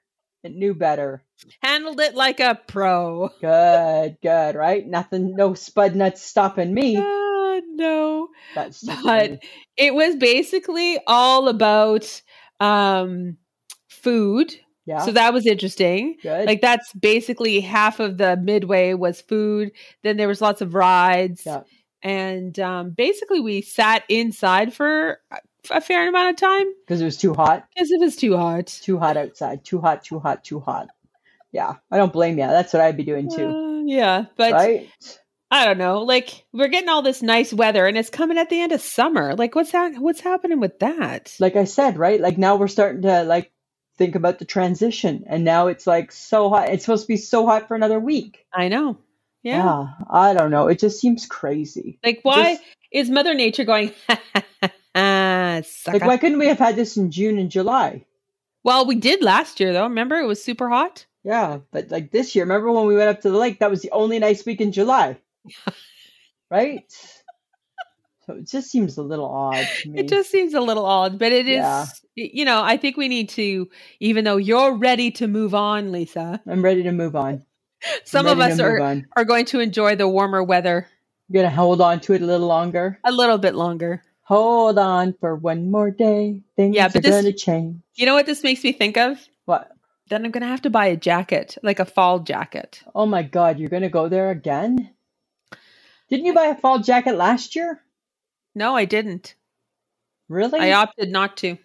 Speaker 2: It knew better.
Speaker 1: Handled it like a pro.
Speaker 2: Good, good, right? Nothing, no spud nuts stopping me.
Speaker 1: Ah, no.
Speaker 2: That's too
Speaker 1: But it was basically all about um food.
Speaker 2: yeah,
Speaker 1: So that was interesting.
Speaker 2: good.
Speaker 1: Like that's basically half of the midway was food. Then there was lots of rides,
Speaker 2: Yeah.
Speaker 1: and um, basically we sat inside for a- a fair amount of time
Speaker 2: because it was too hot,
Speaker 1: because it was too hot.
Speaker 2: too hot outside, too hot, too hot, too hot. Yeah, I don't blame you. That's what I'd be doing too,
Speaker 1: Uh, yeah, but
Speaker 2: right?
Speaker 1: I don't know. Like we're getting all this nice weather, and it's coming at the end of summer. Like what's that? What's happening with that?
Speaker 2: Like I said, right? Like now we're starting to like think about the transition, and now it's like so hot. It's supposed to be so hot for another week. Ah,
Speaker 1: I know. Yeah.
Speaker 2: I don't know. It just seems crazy.
Speaker 1: Like why
Speaker 2: Just-
Speaker 1: is Mother Nature going? (laughs) Ah,
Speaker 2: Like,
Speaker 1: sucker.
Speaker 2: why couldn't we have had this in June and July?
Speaker 1: well, we did last year though. Remember, it was super hot.
Speaker 2: Yeah, but like this year, remember when we went up to the lake? That was the only nice week in
Speaker 1: (laughs)
Speaker 2: July, right? So it just seems a little odd to me.
Speaker 1: It just seems a little odd, but it is,
Speaker 2: Yeah.
Speaker 1: you know, I think we need to, even though you're ready to move on, Lisa, (laughs)
Speaker 2: I'm ready to move on. I'm
Speaker 1: some of
Speaker 2: ready to
Speaker 1: us
Speaker 2: move
Speaker 1: are,
Speaker 2: on.
Speaker 1: are going to enjoy the warmer weather
Speaker 2: I'm gonna hold on to it a little longer.
Speaker 1: a little bit longer.
Speaker 2: Hold on for one more day. Things
Speaker 1: Yeah,
Speaker 2: are
Speaker 1: but this-
Speaker 2: gonna change.
Speaker 1: You know what this makes me think of?
Speaker 2: What?
Speaker 1: Then I'm going to have to buy a jacket, like a fall jacket.
Speaker 2: Oh my God, you're gonna go there again? Didn't you buy a fall jacket last year?
Speaker 1: No, I didn't.
Speaker 2: Really?
Speaker 1: I opted not to.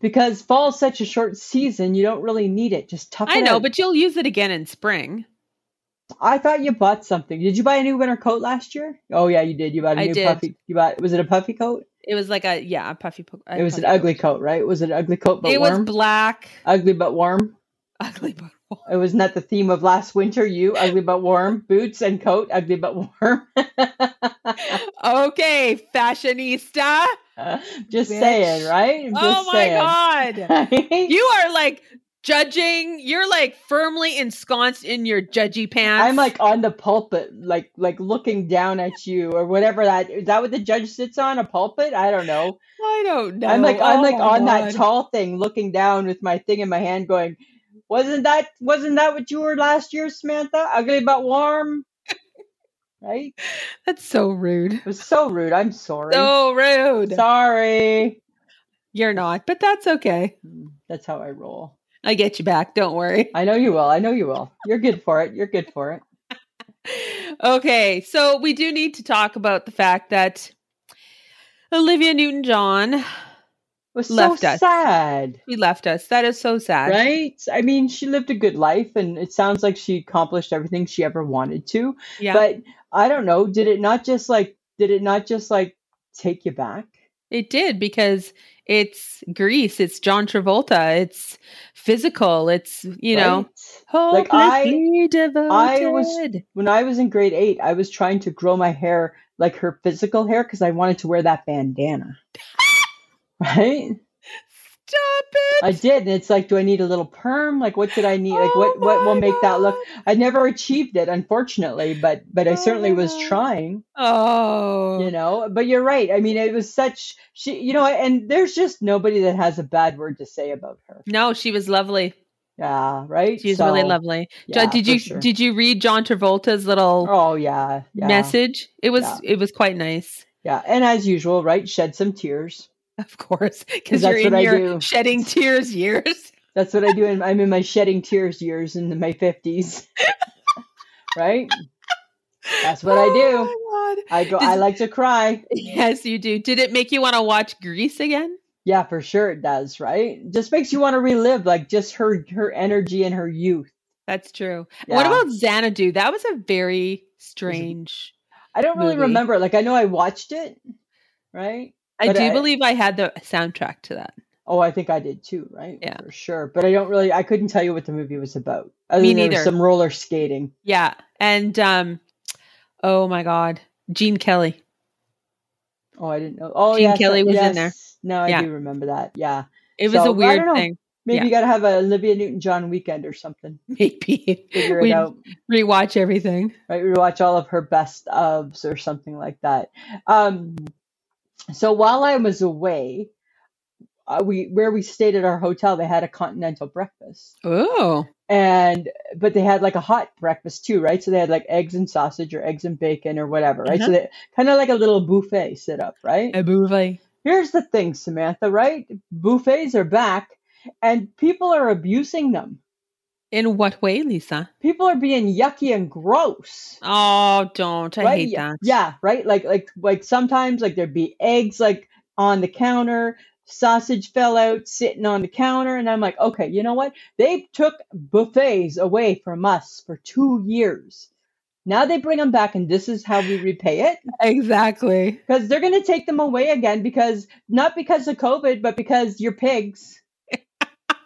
Speaker 2: because fall's such a short season, you don't really need it. Just tough.
Speaker 1: I
Speaker 2: it
Speaker 1: know,
Speaker 2: out.
Speaker 1: but you'll use it again in spring.
Speaker 2: I thought you bought something. Did you buy a new winter coat last year? Oh yeah, you did. You bought a
Speaker 1: I
Speaker 2: new
Speaker 1: did.
Speaker 2: puffy. You bought. Was it a puffy coat?
Speaker 1: It was like a, yeah, a puffy. Po- a
Speaker 2: it was an
Speaker 1: puffy
Speaker 2: ugly coat, right? Was it an ugly coat but
Speaker 1: It was
Speaker 2: warm?
Speaker 1: black,
Speaker 2: ugly but warm.
Speaker 1: ugly, but warm.
Speaker 2: It was not the theme of last winter. You ugly but warm boots and coat, ugly but warm.
Speaker 1: okay, fashionista.
Speaker 2: Just
Speaker 1: Bitch.
Speaker 2: saying, right? Just
Speaker 1: oh my
Speaker 2: saying.
Speaker 1: God.
Speaker 2: (laughs) Right?
Speaker 1: You are like judging. You're like firmly ensconced in your judgy pants.
Speaker 2: I'm like on the pulpit, like like looking down at you or whatever that is that what the judge sits on a pulpit? I don't know.
Speaker 1: I don't know.
Speaker 2: I'm like I'm
Speaker 1: Oh
Speaker 2: like
Speaker 1: my
Speaker 2: on that
Speaker 1: God.
Speaker 2: tall thing, looking down with my thing in my hand, going, "Wasn't that wasn't that what you were last year, Samantha? Ugly
Speaker 1: (laughs)
Speaker 2: but warm." Right?
Speaker 1: That's so rude.
Speaker 2: It was so rude. I'm sorry.
Speaker 1: So rude.
Speaker 2: sorry.
Speaker 1: You're not, but that's okay.
Speaker 2: Mm, That's how I roll.
Speaker 1: I get you back. Don't worry.
Speaker 2: I know you will. I know you will. You're good for it. You're good for it.
Speaker 1: Okay, so we do need to talk about the fact that Olivia Newton-John
Speaker 2: It was so
Speaker 1: Left us.
Speaker 2: sad,
Speaker 1: we left us. That is so sad.
Speaker 2: right? I mean, she lived a good life, and it sounds like she accomplished everything she ever wanted to.
Speaker 1: Yeah,
Speaker 2: But I don't know. Did it not just like? Did it not just like take you back?
Speaker 1: it did because it's Greece. It's John Travolta. It's physical. It's you know.
Speaker 2: Right?
Speaker 1: Like I, devoted.
Speaker 2: I was- when I was in grade eight, I was trying to grow my hair like her physical hair because I wanted to wear that
Speaker 1: (laughs)
Speaker 2: bandana. right?
Speaker 1: stop it.
Speaker 2: I did. And it's like, do I need a little perm? Like what did I need? Like what
Speaker 1: Oh
Speaker 2: what will
Speaker 1: my
Speaker 2: make that look?
Speaker 1: God.
Speaker 2: I never achieved it, unfortunately, but but I
Speaker 1: Oh
Speaker 2: certainly
Speaker 1: my
Speaker 2: was
Speaker 1: God.
Speaker 2: trying,
Speaker 1: Oh,
Speaker 2: you know. But you're right. I mean, it was such she you know, and there's just nobody that has a bad word to say about her.
Speaker 1: no, she was lovely.
Speaker 2: Yeah, right?
Speaker 1: She was really
Speaker 2: So,
Speaker 1: lovely. Jo-
Speaker 2: Yeah,
Speaker 1: did
Speaker 2: for
Speaker 1: you
Speaker 2: sure.
Speaker 1: did you read John Travolta's little
Speaker 2: Oh yeah, yeah.
Speaker 1: message? It was
Speaker 2: Yeah.
Speaker 1: it was quite nice,
Speaker 2: Yeah. And as usual, right? Shed some tears.
Speaker 1: (laughs) of course, because
Speaker 2: that's
Speaker 1: you're in
Speaker 2: what I
Speaker 1: your
Speaker 2: do.
Speaker 1: shedding tears years.
Speaker 2: That's what I do. And I'm in my shedding tears years in my 50s. (laughs) right? (laughs) That's what I do.
Speaker 1: (laughs) Oh my God.
Speaker 2: I go, I
Speaker 1: Does-
Speaker 2: like to cry.
Speaker 1: Yes, you do. Did it make you want to watch Greece again?
Speaker 2: Yeah, for sure it does, right? Just makes you want to relive like just her her energy and her youth.
Speaker 1: That's true. What
Speaker 2: Yeah.
Speaker 1: about Xanadu? That was a very strange.
Speaker 2: I don't really
Speaker 1: movie?
Speaker 2: remember. Like I know I watched it, right?
Speaker 1: I
Speaker 2: But
Speaker 1: do
Speaker 2: I-
Speaker 1: believe I had the soundtrack to that.
Speaker 2: Oh, I think I did too, right?
Speaker 1: Yeah.
Speaker 2: For sure. But I don't really I couldn't tell you what the movie was about. Other
Speaker 1: Me
Speaker 2: than there was
Speaker 1: neither.
Speaker 2: some roller skating.
Speaker 1: Yeah. And um oh my god, Gene Kelly.
Speaker 2: Oh, I didn't know. Oh,
Speaker 1: Gene
Speaker 2: yeah.
Speaker 1: Kelly was in there.
Speaker 2: No, I
Speaker 1: Yeah.
Speaker 2: do remember that. Yeah.
Speaker 1: It was
Speaker 2: So, I
Speaker 1: a
Speaker 2: don't
Speaker 1: weird
Speaker 2: know.
Speaker 1: thing, (laughs)
Speaker 2: Maybe
Speaker 1: Yeah.
Speaker 2: you got to have a Olivia Newton John weekend or something.
Speaker 1: maybe.
Speaker 2: Figure
Speaker 1: We'd
Speaker 2: it out.
Speaker 1: rewatch everything.
Speaker 2: right? We watch all of her best ofs or something like that. Um, so while I was away, uh, we where we stayed at our hotel, they had a continental breakfast,
Speaker 1: Oh,
Speaker 2: and but they had like a hot breakfast too, right? So they had like eggs and sausage or eggs and bacon or whatever, right? So they kind of like a little buffet set up, right?
Speaker 1: a bouvet.
Speaker 2: Here's the thing, Samantha, right? Buffets are back, and people are abusing them.
Speaker 1: In what way, Lisa?
Speaker 2: People are being yucky and gross.
Speaker 1: Oh, don't. I
Speaker 2: right?
Speaker 1: hate
Speaker 2: yeah,
Speaker 1: that.
Speaker 2: Yeah, right. Like like like sometimes like there'd be eggs like on the counter, sausage fell out sitting on the counter, and I'm like, okay, you know what? They took buffets away from us for two years. Now they bring them back, and this is how we repay it
Speaker 1: (laughs) Exactly.
Speaker 2: because they're going to take them away again because not because of COVID, but because
Speaker 1: (laughs)
Speaker 2: you're pigs.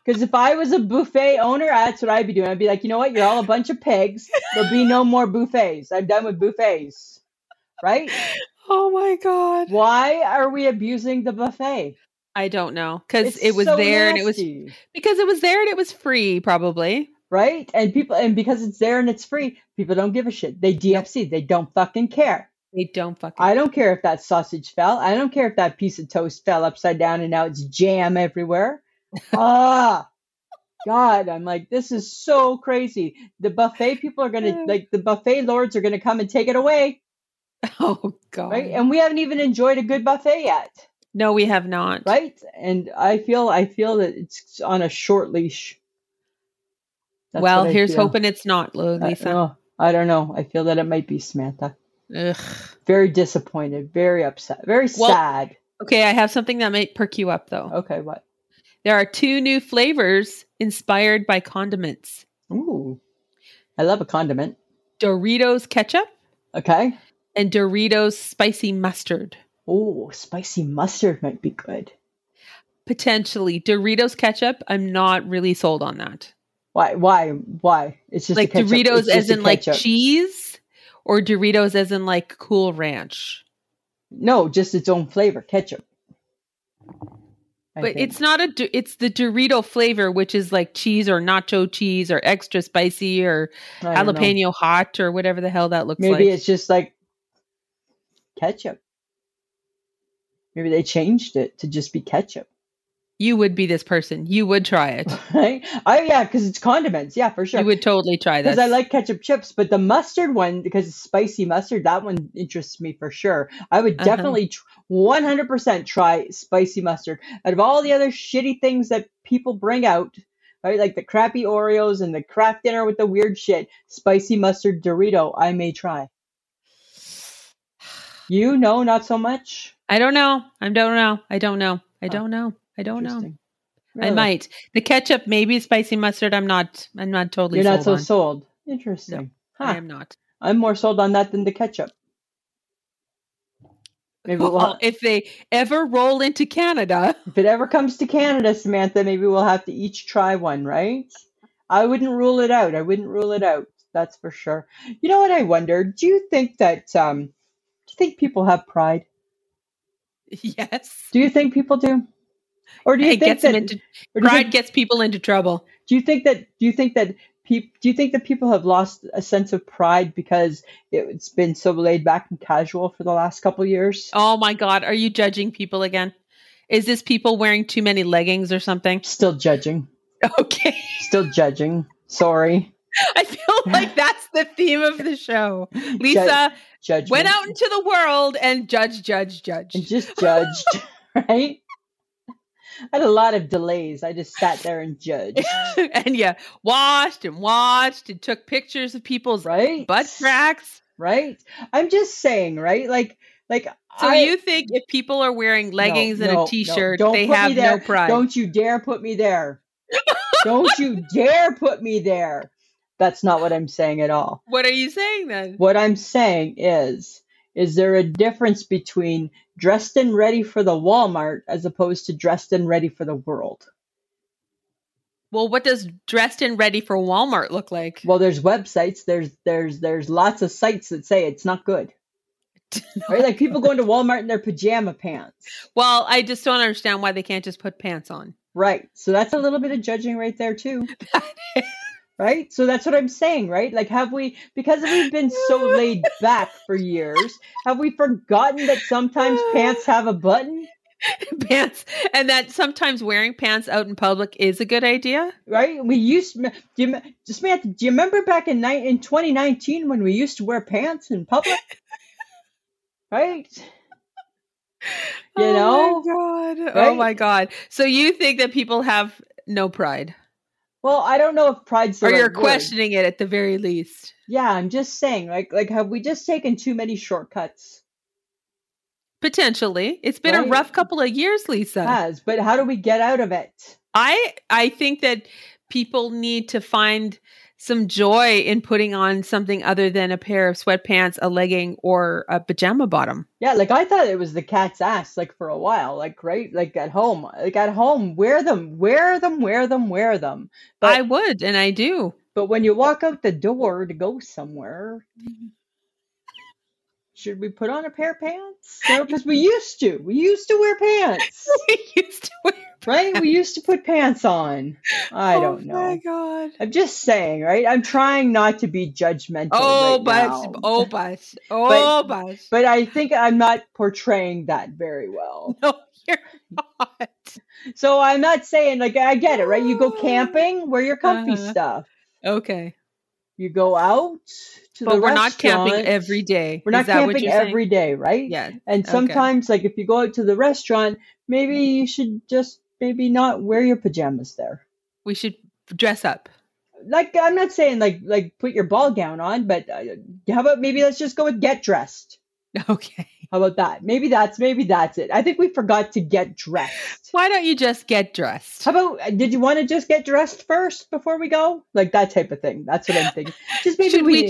Speaker 2: Because if I was a buffet owner, that's what I'd be doing. I'd be like, you know what? You're all a bunch of pigs. There'll be no more buffets. I'm done with buffets. Right?
Speaker 1: Oh my god.
Speaker 2: Why are we abusing the buffet?
Speaker 1: I don't know because
Speaker 2: It's
Speaker 1: it was
Speaker 2: so
Speaker 1: there and it was
Speaker 2: nasty,
Speaker 1: because it was there and it was free probably.
Speaker 2: right. And people, and because it's there and it's free, people don't give a shit. They DFC. They don't fucking care.
Speaker 1: They don't fucking. (laughs)
Speaker 2: I don't care if that sausage fell. I don't care if that piece of toast fell upside down and now it's
Speaker 1: (laughs)
Speaker 2: jam everywhere. ah, God, I'm like, this is so crazy. The buffet people are gonna
Speaker 1: Yeah.
Speaker 2: like the buffet lords are gonna come and take it away,
Speaker 1: oh god.
Speaker 2: right? And we haven't even enjoyed a good buffet yet,
Speaker 1: no, we have not.
Speaker 2: right? And I feel I feel that it's on a short leash. That's
Speaker 1: well,
Speaker 2: what I
Speaker 1: here's
Speaker 2: feel.
Speaker 1: hoping it's not, Lo-
Speaker 2: I-
Speaker 1: Lisa.
Speaker 2: oh, I don't know. I feel that it might be Samantha.
Speaker 1: Ugh.
Speaker 2: Very disappointed, very upset, very
Speaker 1: Well-
Speaker 2: sad.
Speaker 1: Okay, I have something that might perk you up though.
Speaker 2: Okay, what?
Speaker 1: There are two new flavors inspired by condiments:
Speaker 2: Ooh. I love a condiment.
Speaker 1: Doritos ketchup
Speaker 2: Okay.
Speaker 1: and Doritos spicy mustard.
Speaker 2: Ooh, spicy mustard might be good.
Speaker 1: Potentially Doritos ketchup. I'm not really sold on that.
Speaker 2: Why? Why? Why? It's just a
Speaker 1: like
Speaker 2: ketchup.
Speaker 1: Doritos
Speaker 2: It's just
Speaker 1: as
Speaker 2: a
Speaker 1: in like
Speaker 2: ketchup.
Speaker 1: cheese or Doritos as in like cool ranch.
Speaker 2: No, just its own flavor, ketchup. I
Speaker 1: but
Speaker 2: think.
Speaker 1: it's not a Do- it's the Dorito flavor which is like cheese or nacho cheese or extra spicy or
Speaker 2: I don't know.
Speaker 1: jalapeno hot or whatever the hell that looks
Speaker 2: Maybe
Speaker 1: like.
Speaker 2: it's just like ketchup. Maybe they changed it to just be ketchup, (laughs)
Speaker 1: You would be this person. You would try it.
Speaker 2: right? I yeah, because it's condiments. Yeah, for sure.
Speaker 1: You would totally try this.
Speaker 2: because I like ketchup chips, but the mustard one, because it's spicy mustard, that one interests me for sure. I would
Speaker 1: Uh-huh.
Speaker 2: definitely tr- 100% try spicy mustard. Out of all the other shitty things that people bring out, right, like the crappy Oreos and the crap dinner with the weird shit, spicy mustard Dorito, I may try. You know, not so much.
Speaker 1: I don't know. I don't know. I don't know. I don't know. I don't know.
Speaker 2: Oh, Interesting.
Speaker 1: I
Speaker 2: Really?
Speaker 1: might. The ketchup, maybe spicy mustard. I'm not. I'm not totally.
Speaker 2: You're not so
Speaker 1: sold
Speaker 2: sold. Interesting.
Speaker 1: on. I
Speaker 2: Huh.
Speaker 1: am not.
Speaker 2: I'm more sold on that than the ketchup. Maybe we'll,
Speaker 1: Well, (laughs) if they ever roll into Canada, (laughs)
Speaker 2: If it ever comes to Canada, Samantha, maybe we'll have to each try one, right? I wouldn't rule it out. I wouldn't rule it out. That's for sure. You know what I wonder? Do you think that um do you think people have pride?
Speaker 1: yes.
Speaker 2: Do you think people do? Or do you
Speaker 1: It
Speaker 2: think
Speaker 1: gets
Speaker 2: that
Speaker 1: them into
Speaker 2: or do, you
Speaker 1: pride
Speaker 2: think,
Speaker 1: gets people into trouble.
Speaker 2: do you think that do you think that peop, do you think that people have lost a sense of pride because it's been so laid back and casual for the last couple years?
Speaker 1: Oh my God, are you judging people again? Is this people wearing too many leggings or something? (laughs)
Speaker 2: Still judging.
Speaker 1: Okay.
Speaker 2: Still judging. Sorry.
Speaker 1: I feel
Speaker 2: (laughs)
Speaker 1: like that's the theme of the show. Lisa
Speaker 2: Judge
Speaker 1: went out into the world and judge, judge,
Speaker 2: and
Speaker 1: judge.
Speaker 2: just judged, (laughs) right? I had a lot of delays. I just sat there and
Speaker 1: (laughs)
Speaker 2: judged,
Speaker 1: and yeah, watched and watched and took pictures of people's
Speaker 2: right?
Speaker 1: butt cracks.
Speaker 2: right? I'm just saying, right? Like, like
Speaker 1: So
Speaker 2: I
Speaker 1: you think if people are wearing leggings and
Speaker 2: no,
Speaker 1: a
Speaker 2: no,
Speaker 1: t-shirt,
Speaker 2: don't
Speaker 1: they
Speaker 2: put me
Speaker 1: have
Speaker 2: there.
Speaker 1: no pride?
Speaker 2: don't you dare put me there. don't you dare put me there. That's not what I'm saying at all.
Speaker 1: What are you saying then?
Speaker 2: What I'm saying is, is there a difference between dressed and ready for the Walmart as opposed to dressed and ready for the world?
Speaker 1: Well, what does dressed and ready for Walmart look like?
Speaker 2: Well, there's websites. There's there's there's lots of sites that say it's not good. Right? Like people going to Walmart in their pajama pants.
Speaker 1: Well, I just don't understand why they can't just put pants on.
Speaker 2: Right. So that's a little bit of judging right there too. right? So that's what I'm saying, right? Like have we because we've been so laid back for years, have we forgotten that sometimes pants have a button?
Speaker 1: (laughs) pants and that sometimes wearing pants out in public is a good idea.
Speaker 2: Right? We used do you Samantha, do you remember back in ni- in 2019 when we used to wear pants in public? right? You know?
Speaker 1: Oh my god. Oh
Speaker 2: Right?
Speaker 1: my god. So you think that people have no pride
Speaker 2: Well, I don't know if pride's the
Speaker 1: or
Speaker 2: right
Speaker 1: you're
Speaker 2: word.
Speaker 1: questioning it at the very least.
Speaker 2: Yeah, I'm just saying, like, like have we just taken too many shortcuts?
Speaker 1: Potentially. It's been a
Speaker 2: Right?
Speaker 1: rough couple of years, Lisa.
Speaker 2: Has, but how do we get out of it?
Speaker 1: I I think that people need to find some joy in putting on something other than a pair of sweatpants, a legging, or a pajama bottom.
Speaker 2: Yeah, like I thought it was the cat's ass, like for a while, like right, like at home, like at home, wear them, wear them, wear them, wear them. But-
Speaker 1: I would, and I do. (laughs)
Speaker 2: But when you walk out the door to go somewhere, should we put on a pair of pants? Because we used to, we used to wear pants,
Speaker 1: I used to wear.
Speaker 2: right? We used to put pants on.
Speaker 1: (laughs)
Speaker 2: I
Speaker 1: Oh
Speaker 2: don't know.
Speaker 1: my god.
Speaker 2: I'm just saying, right? I'm trying not to be judgmental.
Speaker 1: Oh,
Speaker 2: right
Speaker 1: but
Speaker 2: (laughs) now.
Speaker 1: oh, but oh, but,
Speaker 2: (laughs) But I think I'm not portraying that very well.
Speaker 1: no, you're not.
Speaker 2: So I'm not saying like I get it, right? You go camping, wear your comfy
Speaker 1: Uh-huh.
Speaker 2: stuff.
Speaker 1: Okay,
Speaker 2: You go out to
Speaker 1: but
Speaker 2: the
Speaker 1: we're not camping
Speaker 2: restaurant.
Speaker 1: every day.
Speaker 2: We're not
Speaker 1: Is that what
Speaker 2: camping
Speaker 1: you're saying?
Speaker 2: every day, right?
Speaker 1: Yeah.
Speaker 2: And
Speaker 1: okay.
Speaker 2: sometimes, like if you go out to the restaurant, maybe you should just maybe not wear your pajamas there.
Speaker 1: We should dress up. (laughs)
Speaker 2: Like I'm not saying like like put your ball gown on, but uh, how about maybe let's just go with get dressed.
Speaker 1: Okay.
Speaker 2: How about that? Maybe that's maybe that's it. I think we forgot to get dressed.
Speaker 1: Why don't you just get dressed?
Speaker 2: How about did you want to just get dressed first before we go? Like that type of thing. That's what I'm thinking. Just maybe
Speaker 1: should
Speaker 2: we,
Speaker 1: we,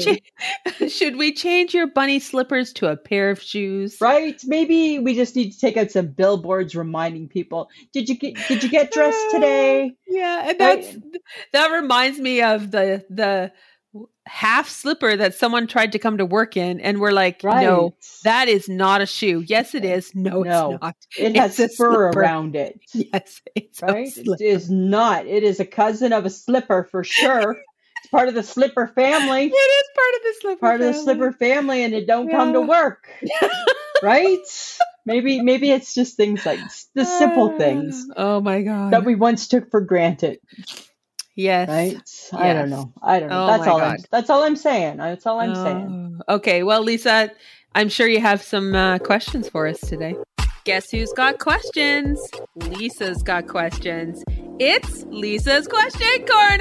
Speaker 1: cha- (laughs) should we change your bunny slippers to a pair of shoes?
Speaker 2: right? Maybe we just need to take out some billboards reminding people. Did you get did you get dressed today?
Speaker 1: Yeah, and
Speaker 2: Right.
Speaker 1: that's that reminds me of the the half slipper that someone tried to come to work in, and we're like,
Speaker 2: Right.
Speaker 1: no, that is not a shoe. Yes, it is. No,
Speaker 2: No.
Speaker 1: it's not.
Speaker 2: it has
Speaker 1: it's a
Speaker 2: fur
Speaker 1: slipper.
Speaker 2: around it.
Speaker 1: (laughs) Yes, it's
Speaker 2: Right?
Speaker 1: a slipper.
Speaker 2: It is not. It is a cousin of a slipper for sure. it's part of the slipper
Speaker 1: It (laughs)
Speaker 2: family.
Speaker 1: is part of the slipper.
Speaker 2: Part of the
Speaker 1: family.
Speaker 2: slipper family and it don't come to
Speaker 1: Yeah.
Speaker 2: work.
Speaker 1: (laughs)
Speaker 2: right? Maybe maybe it's just things like s- the simple
Speaker 1: Ah,
Speaker 2: things
Speaker 1: Oh my god.
Speaker 2: that we once took for granted,
Speaker 1: yes.
Speaker 2: right? I don't
Speaker 1: Yes.
Speaker 2: know. I don't know.
Speaker 1: Oh
Speaker 2: that's
Speaker 1: my
Speaker 2: all I'm
Speaker 1: God.
Speaker 2: that's all I'm saying. That's all I'm saying.
Speaker 1: Oh, Okay. Well, Lisa, I'm sure you have some uh, questions for us today. Guess who's got questions? Lisa's got questions. It's Lisa's Question Corner.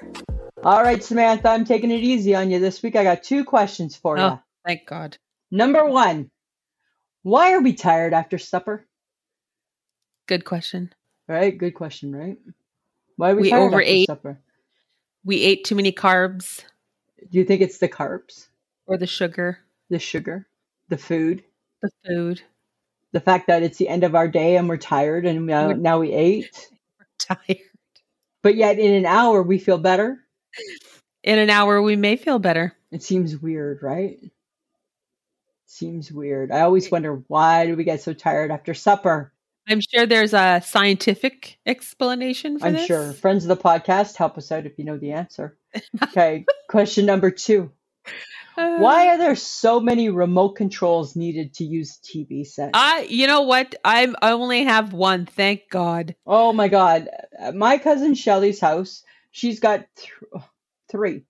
Speaker 1: Oh.
Speaker 2: All right, Samantha, I'm taking it easy on you this week. I got two questions for
Speaker 1: Oh.
Speaker 2: you.
Speaker 1: Thank God.
Speaker 2: Number 1. Why are we tired after supper?
Speaker 1: Good question.
Speaker 2: Right, good question, right? Why are we,
Speaker 1: We
Speaker 2: tired
Speaker 1: overate.
Speaker 2: after supper?
Speaker 1: We ate too many carbs
Speaker 2: Do you think it's the carbs,
Speaker 1: or the sugar,
Speaker 2: the sugar, the food,
Speaker 1: the food.
Speaker 2: the fact that it's the end of our day and we're tired and now,
Speaker 1: We're-
Speaker 2: now we ate,
Speaker 1: Tired.
Speaker 2: but yet in an hour we feel better?
Speaker 1: In an hour, we may feel better.
Speaker 2: It seems weird, right? Seems weird. I always wonder why do we get so tired after supper?
Speaker 1: I'm sure there's a scientific explanation for
Speaker 2: I'm
Speaker 1: this.
Speaker 2: sure friends of the podcast help us out if you know the answer.
Speaker 1: (laughs)
Speaker 2: Okay, question number 2.
Speaker 1: Uh,
Speaker 2: Why are there so many remote controls needed to use TV sets?
Speaker 1: I, you know what? I'm, I only have one. Thank God. (laughs)
Speaker 2: Oh my God. At my cousin Shelly's house, she's got th- three,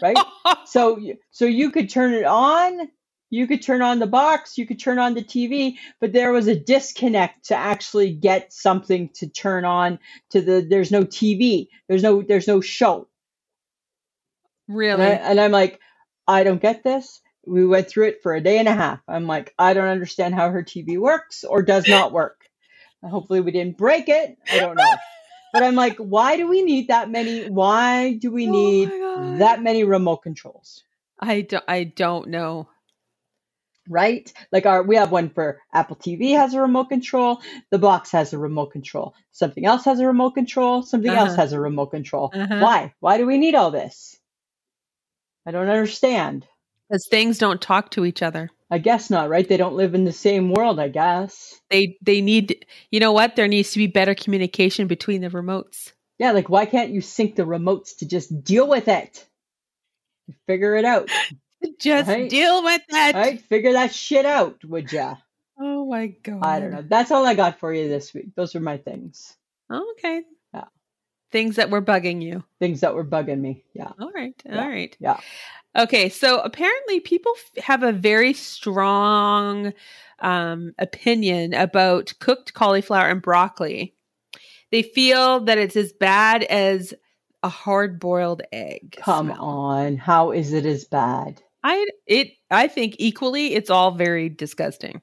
Speaker 2: right? so, y- so you could turn it on, you could turn on the box, you could turn on the TV, but there was a disconnect to actually get something to turn on to the, there's no TV, there's no, there's no show. And,
Speaker 1: Really?
Speaker 2: I, and I'm like, I don't get this. We went through it for a day and a half. I'm like, I don't understand how her TV works or does not work. Hopefully, we didn't break it. I
Speaker 1: (laughs)
Speaker 2: don't know. but I'm like, why do we need that many? Why do we
Speaker 1: Oh
Speaker 2: need
Speaker 1: my God.
Speaker 2: that many remote controls?
Speaker 1: I don't, I don't know.
Speaker 2: Right? Like our we have one for Apple TV has a remote control, the box has a remote control, something else has a remote control, something else
Speaker 1: Uh-huh.
Speaker 2: has a remote control.
Speaker 1: Uh-huh.
Speaker 2: Why? Why do we need all this? I don't understand.
Speaker 1: Because things don't talk to each other.
Speaker 2: I guess not, right? They don't live in the same world, I guess.
Speaker 1: They they need you know what? There needs to be better communication between the remotes. (laughs)
Speaker 2: Yeah, like why can't you sync the remotes to just deal with it? Figure
Speaker 1: (laughs)
Speaker 2: it out.
Speaker 1: Just
Speaker 2: Right.
Speaker 1: deal with that.
Speaker 2: All right, figure that shit out, would ya?
Speaker 1: Oh my god.
Speaker 2: I don't know. That's all I got for you this week. Those are my things.
Speaker 1: Oh, okay.
Speaker 2: Yeah.
Speaker 1: Things that were bugging you.
Speaker 2: Things that were bugging me. Yeah.
Speaker 1: All right. all right.
Speaker 2: Yeah, yeah.
Speaker 1: Okay. So apparently, people f- have a very strong um, opinion about cooked cauliflower and broccoli. They feel that it's as bad as a hard boiled egg.
Speaker 2: Come
Speaker 1: smell.
Speaker 2: on. How is it as bad?
Speaker 1: I it I think equally it's all very disgusting.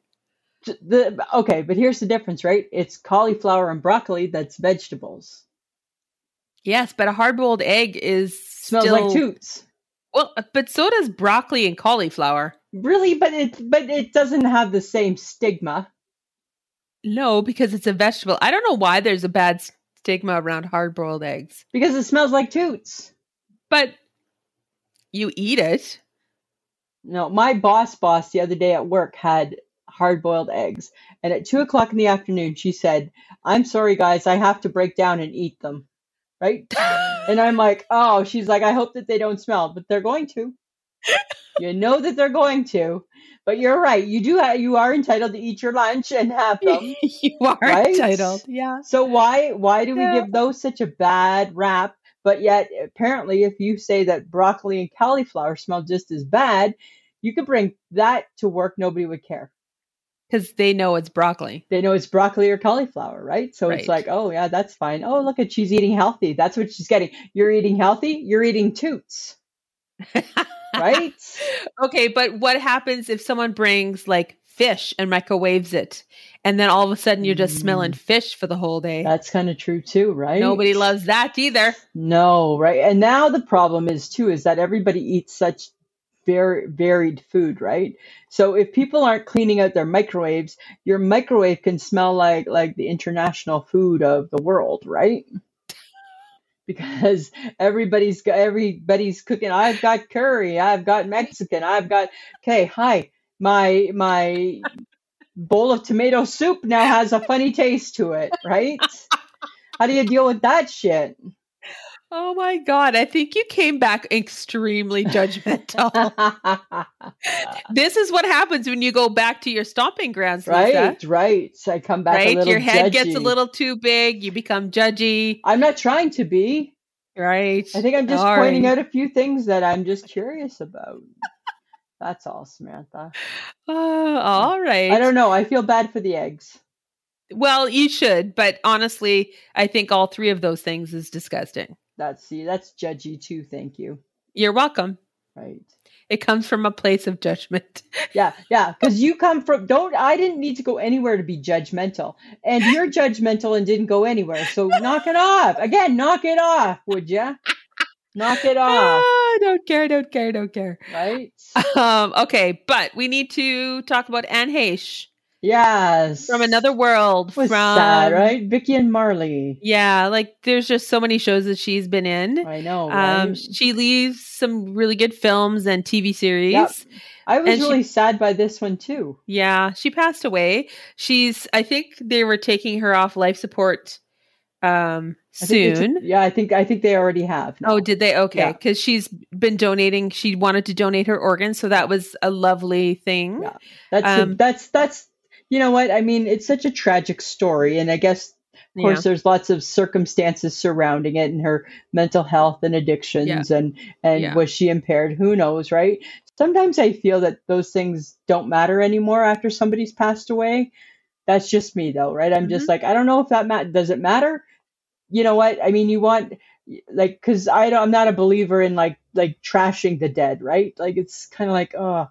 Speaker 2: J- The, okay, but here's the difference, right? It's cauliflower and broccoli that's vegetables.
Speaker 1: Yes, but a hard boiled egg is
Speaker 2: Smells
Speaker 1: still,
Speaker 2: like toots.
Speaker 1: Well, uh, but so does broccoli and cauliflower.
Speaker 2: Really, but it but it doesn't have the same stigma.
Speaker 1: No, because it's a vegetable. I don't know why there's a bad s- stigma around hard boiled eggs,
Speaker 2: Because it smells like toots.
Speaker 1: but you eat it.
Speaker 2: No, my boss boss the other day at work had hard boiled eggs. And at two o'clock in the afternoon, she said, I'm sorry, guys, I have to break down and eat them. Right?
Speaker 1: (laughs)
Speaker 2: And I'm like, oh, she's like, I hope that they don't smell, but they're going to. you know that they're going to. But you're right. You do ha- you are entitled to eat your lunch and have
Speaker 1: (laughs)
Speaker 2: them.
Speaker 1: you are
Speaker 2: Right?
Speaker 1: entitled. Yeah.
Speaker 2: So why why do we
Speaker 1: Yeah.
Speaker 2: give those such a bad rap? But yet apparently if you say that broccoli and cauliflower smell just as bad, you could bring that to work, nobody would care.
Speaker 1: Because they know it's broccoli.
Speaker 2: They know it's broccoli or cauliflower, right? So it's
Speaker 1: Right.
Speaker 2: like, oh yeah, that's fine. Oh, look at she's eating healthy. That's what she's getting. You're eating healthy, you're
Speaker 1: (laughs)
Speaker 2: eating toots, right?
Speaker 1: okay, but what happens if someone brings like fish and microwaves it? And then all of a sudden you're just smelling
Speaker 2: Mm.
Speaker 1: fish for the whole day.
Speaker 2: That's kind of true too, right?
Speaker 1: Nobody loves that either.
Speaker 2: No, right? And now the problem is too is that everybody eats such very varied food, right? So if people aren't cleaning out their microwaves, your microwave can smell like like the international food of the world, right? (laughs) Because everybody's got everybody's cooking. I've got curry. I've got Mexican. I've got okay. Hi, my my bowl of tomato soup now has a funny taste to it, right? How do you deal with that shit?
Speaker 1: Oh my God. I think you came back
Speaker 2: (laughs)
Speaker 1: extremely judgmental. this is what happens when you go back to your stomping grounds, Lisa.
Speaker 2: right, right. So I come back a
Speaker 1: Right?
Speaker 2: little
Speaker 1: Your head gets a
Speaker 2: judgy.
Speaker 1: little too big. You become judgy.
Speaker 2: I'm not trying to be.
Speaker 1: Right.
Speaker 2: I think I'm just
Speaker 1: Sorry.
Speaker 2: pointing out a few things that I'm just curious about. That's all, Samantha.
Speaker 1: Oh, all right.
Speaker 2: Mm. I don't know. I feel bad for the eggs.
Speaker 1: Well, you should, but honestly, I think all three of those things is disgusting.
Speaker 2: That's see, that's judgy too. Thank you.
Speaker 1: You're welcome.
Speaker 2: Right.
Speaker 1: It comes from a place of judgment. (laughs)
Speaker 2: Yeah, yeah. Because you come from don't. I didn't need to go anywhere to be judgmental, and you're judgmental and didn't go anywhere. So knock it off again. Knock it off, would ya? Knock it off.
Speaker 1: Ah, don't care, don't care, don't care. (laughs)
Speaker 2: Right.
Speaker 1: Um, okay, but we need to talk about Anne Heche
Speaker 2: Yes.
Speaker 1: from another world.
Speaker 2: was
Speaker 1: from
Speaker 2: sad, right? Vicky and Marley.
Speaker 1: Yeah, like there's just so many shows that she's been in.
Speaker 2: I know.
Speaker 1: Um,
Speaker 2: right?
Speaker 1: she leaves some really good films and TV series.
Speaker 2: I was
Speaker 1: and she-
Speaker 2: really sad by this one too.
Speaker 1: Yeah, she passed away. She's I think they were taking her off life support um
Speaker 2: I think they took-
Speaker 1: soon.
Speaker 2: yeah, I think I think they already have. now.
Speaker 1: Oh, did they? Okay,
Speaker 2: Yeah.
Speaker 1: because she's been donating. She wanted to donate her organs, so that was a lovely thing.
Speaker 2: Yeah. that's the-
Speaker 1: um,
Speaker 2: that's that's you know what I mean. It's such a tragic story, and I guess of
Speaker 1: Yeah.
Speaker 2: course there's lots of circumstances surrounding it, and her mental health and addictions, and and
Speaker 1: Yeah.
Speaker 2: was she impaired? Who knows, right? Sometimes I feel that those things don't matter anymore after somebody's passed away. That's just me though, right? I'm
Speaker 1: Mm-hmm.
Speaker 2: just like I don't know if that mat does it matter. you know what i mean you want like because i don't i'm not a believer in like like trashing the dead right like it's kind of like oh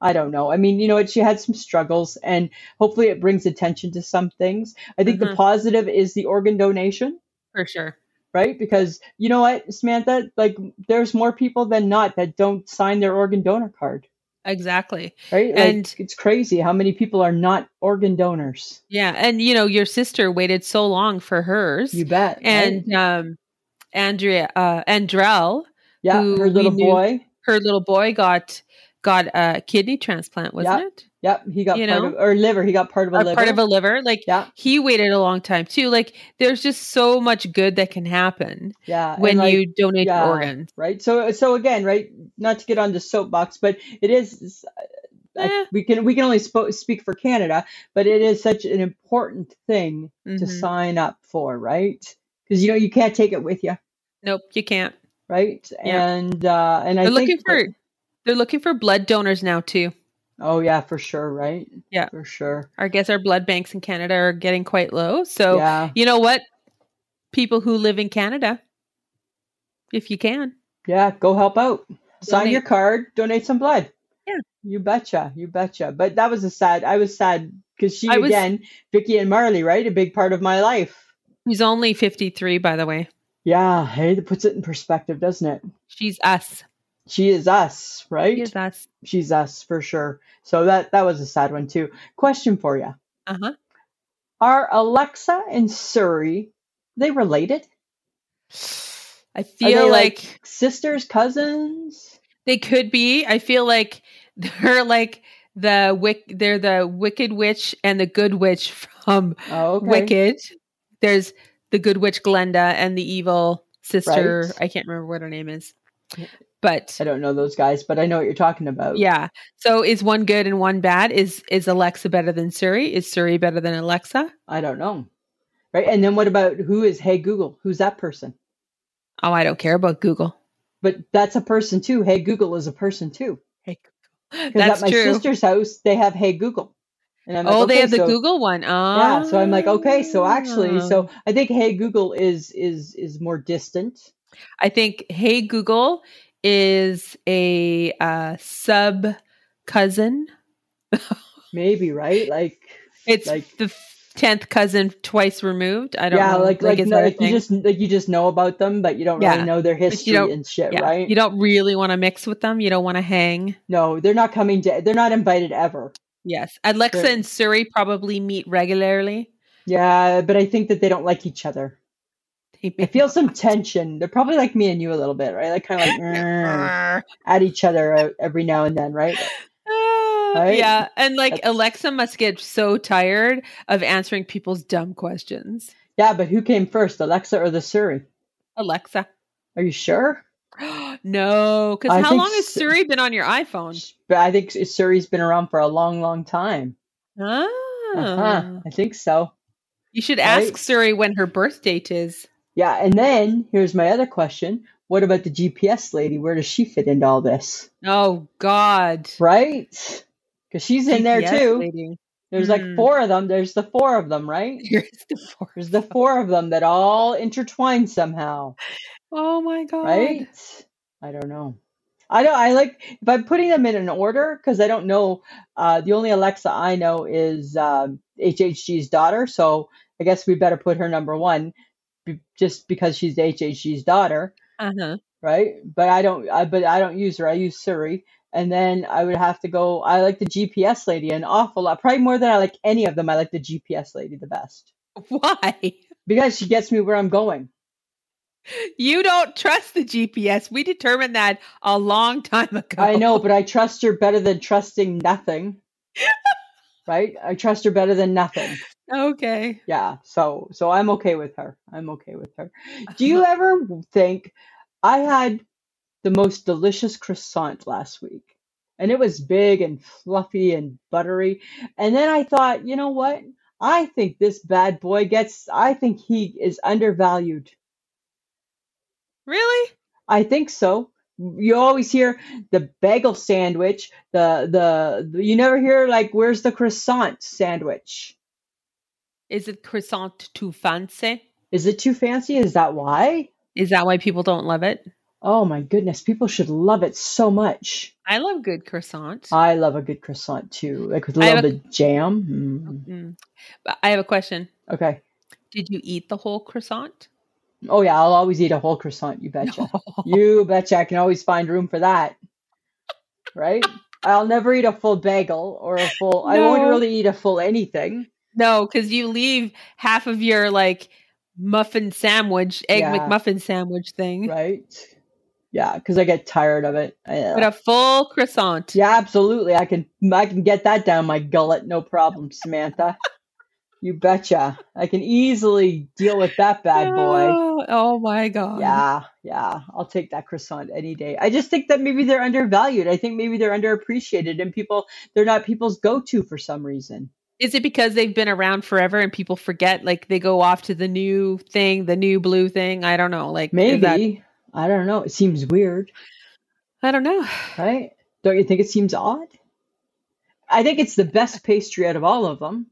Speaker 2: i don't know i mean you know what she had some struggles and hopefully it brings attention to some things i think the
Speaker 1: Mhm.
Speaker 2: positive is the organ donation
Speaker 1: for sure.
Speaker 2: right because you know what samantha like there's more people than not that don't sign their organ donor card
Speaker 1: Exactly.
Speaker 2: right Like,
Speaker 1: And-
Speaker 2: it's crazy how many people are not organ donors
Speaker 1: Yeah, and you know your sister waited so long for hers,
Speaker 2: you bet right?
Speaker 1: and um, Andrea uh, Andrell,
Speaker 2: yeah
Speaker 1: who
Speaker 2: her
Speaker 1: we
Speaker 2: little
Speaker 1: knew-
Speaker 2: boy
Speaker 1: her little boy got got a kidney transplant, wasn't
Speaker 2: Yeah.
Speaker 1: it?
Speaker 2: Yep, he got
Speaker 1: You
Speaker 2: part
Speaker 1: know?
Speaker 2: of or liver. He got part of a
Speaker 1: Or
Speaker 2: liver.
Speaker 1: part of a liver. Like
Speaker 2: yeah,
Speaker 1: he waited a long time too. Like there's just so much good that can happen
Speaker 2: yeah. and,
Speaker 1: when
Speaker 2: like,
Speaker 1: you donate
Speaker 2: yeah.
Speaker 1: organs.
Speaker 2: right. So so again, right. Not to get on the soapbox, but it is. I-
Speaker 1: Eh,
Speaker 2: we can we can only spo- speak for Canada, but it is such an important thing to
Speaker 1: mhm.
Speaker 2: sign up for, right? Because you know you can't take it with you,
Speaker 1: Nope, you can't.
Speaker 2: right?
Speaker 1: Yeah.
Speaker 2: And uh, and
Speaker 1: They're
Speaker 2: I think
Speaker 1: looking
Speaker 2: that-
Speaker 1: for they're looking for blood donors now too.
Speaker 2: Oh yeah, for sure, right?
Speaker 1: Yeah.
Speaker 2: for sure.
Speaker 1: I guess our blood banks in Canada are getting quite low. So
Speaker 2: yeah,
Speaker 1: you know what? People who live in Canada, if you can.
Speaker 2: yeah. Go help out. Sign
Speaker 1: Donate.
Speaker 2: your card. Donate some blood.
Speaker 1: Yeah.
Speaker 2: you betcha, you betcha. But that was a sad. I was sad because she
Speaker 1: I was-
Speaker 2: again, Vicky and Marley, right? A big part of my life.
Speaker 1: He's only 53, by the way.
Speaker 2: Yeah, hey, that puts it in perspective, doesn't it?
Speaker 1: She's us.
Speaker 2: She is us, right?
Speaker 1: She is us.
Speaker 2: She's us for sure. So that that was a sad one too. Question for you:
Speaker 1: Uh huh.
Speaker 2: Are Alexa and Suri they related?
Speaker 1: I feel like,
Speaker 2: they, like- Sisters, cousins?
Speaker 1: they could be. I feel like (laughs) they're like the wick. They're the Wicked Witch and the Good Witch from
Speaker 2: Oh, okay.
Speaker 1: Wicked. There's the Good Witch Glenda and the evil sister.
Speaker 2: Right.
Speaker 1: I can't remember what her name is, but
Speaker 2: I don't know those guys, but I know what you're talking about.
Speaker 1: yeah. So is one good and one bad? Is is Alexa better than Suri? Is Suri better than Alexa?
Speaker 2: I don't know. Right. And then what about who is Hey Google? Who's that person?
Speaker 1: Oh, I don't care about Google.
Speaker 2: But that's a person too. Hey Google is a person too.
Speaker 1: Hey, Google.
Speaker 2: Because
Speaker 1: That's
Speaker 2: at my
Speaker 1: true.
Speaker 2: sister's house, they have Hey Google. And I'm
Speaker 1: oh,
Speaker 2: like,
Speaker 1: they
Speaker 2: okay,
Speaker 1: have the
Speaker 2: so-
Speaker 1: Google one. Oh.
Speaker 2: Yeah. So I'm like, okay, so actually,
Speaker 1: Ah.
Speaker 2: so I think Hey Google is is is more distant.
Speaker 1: I think Hey Google is a uh, sub cousin.
Speaker 2: Maybe, right? Like
Speaker 1: It's
Speaker 2: Like-
Speaker 1: the tenth cousin twice removed. I don't
Speaker 2: yeah,
Speaker 1: know.
Speaker 2: like like,
Speaker 1: is
Speaker 2: no,
Speaker 1: that a
Speaker 2: like you
Speaker 1: thing?
Speaker 2: just like you just know about them, but you don't
Speaker 1: Yeah,
Speaker 2: really know their history
Speaker 1: don't-
Speaker 2: and shit,
Speaker 1: yeah.
Speaker 2: right?
Speaker 1: You don't really want to mix with them. You don't want to hang.
Speaker 2: no, they're not coming to they're not invited ever.
Speaker 1: Yes. Alexa
Speaker 2: Sure.
Speaker 1: and Suri probably meet regularly.
Speaker 2: Yeah, but I think that they don't like each other. (laughs)
Speaker 1: They
Speaker 2: I feel some tension. They're probably like me and you a little bit, right? Like kind of like "Mm," at each other uh, every now and then, right?
Speaker 1: Ah,
Speaker 2: Right?
Speaker 1: Yeah, and like
Speaker 2: That's-
Speaker 1: Alexa must get so tired of answering people's dumb questions.
Speaker 2: Yeah, but who came first, Alexa or the Suri?
Speaker 1: Alexa, (gasps)
Speaker 2: Are you sure?
Speaker 1: no,
Speaker 2: I
Speaker 1: because how
Speaker 2: think
Speaker 1: long has
Speaker 2: s-
Speaker 1: Siri been on your iPhone?
Speaker 2: But I think Suri's been around for a long, long time.
Speaker 1: Ah,
Speaker 2: Uh-huh. I think so.
Speaker 1: you should
Speaker 2: Right?
Speaker 1: ask Siri when her birth date is.
Speaker 2: Yeah, and then here's my other question. What about the GPS lady? Where does she fit into all this?
Speaker 1: Oh God,
Speaker 2: Right? Because she's in there
Speaker 1: GPS
Speaker 2: too.
Speaker 1: lady. (laughs)
Speaker 2: There's
Speaker 1: Mm.
Speaker 2: like four of them. There's the four of them, right?
Speaker 1: Here's the four.
Speaker 2: There's the four of them that all intertwine somehow.
Speaker 1: Oh my God,
Speaker 2: right? I don't know. I don't. I like if I'm putting them in an order because I don't know. Uh, the only Alexa I know is um, HHG's daughter, so I guess we better put her number one, be, just because she's HHG's daughter,
Speaker 1: Uh huh.
Speaker 2: right? But I don't. I but I don't use her. I use Siri, and then I would have to go. I like the GPS lady an awful lot, probably more than I like any of them. I like the GPS lady the best
Speaker 1: Why? (laughs)
Speaker 2: because she gets me where I'm going.
Speaker 1: You don't trust the GPS. We determined that a long time ago.
Speaker 2: I know, but I trust her better than trusting nothing. right? I trust her better than nothing.
Speaker 1: (laughs) Okay.
Speaker 2: Yeah. So so I'm okay with her. I'm okay with her. Do you ever think I had the most delicious croissant last week? And it was big and fluffy and buttery. And then I thought, you know what? I think this bad boy gets I think he is undervalued.
Speaker 1: Really?
Speaker 2: I think so. You always hear the bagel sandwich, the the, the- you never hear like where's the croissant sandwich?
Speaker 1: Is it croissant too fancy?
Speaker 2: Is it too fancy? Is that why?
Speaker 1: Is that why people don't love it?
Speaker 2: Oh my goodness, people should love it so much.
Speaker 1: I love good croissant.
Speaker 2: I love a good croissant too, like with a
Speaker 1: I have
Speaker 2: little
Speaker 1: a-
Speaker 2: bit of jam.
Speaker 1: Mm. But I have a question.
Speaker 2: Mm. Okay.
Speaker 1: Did you eat the whole croissant?
Speaker 2: Oh yeah, I'll always eat a whole croissant.
Speaker 1: (laughs)
Speaker 2: You betcha. You betcha. I can always find room for that. Right? I'll never eat a full bagel or a full. I won't
Speaker 1: No.
Speaker 2: really eat a full anything.
Speaker 1: No, because you leave half of your like muffin sandwich, egg
Speaker 2: Yeah.
Speaker 1: McMuffin sandwich thing.
Speaker 2: Right. Yeah, because I get tired of it. Yeah.
Speaker 1: But uh, a full croissant.
Speaker 2: yeah, absolutely. I can I can get that down my gullet, no problem, Samantha. you betcha. I can easily deal with that bad boy.
Speaker 1: Oh, oh my god.
Speaker 2: Yeah, yeah. I'll take that croissant any day. I just think that maybe they're undervalued. I think maybe they're underappreciated and people they're not people's go-to for some reason.
Speaker 1: Is it because they've been around forever and people forget? Like they go off to the new thing, the new blue thing. I don't know. Like is
Speaker 2: Maybe.
Speaker 1: that-
Speaker 2: I don't know. It seems weird,
Speaker 1: I don't know. (laughs)
Speaker 2: right? Don't you think it seems odd? I think it's the best pastry out of all of them.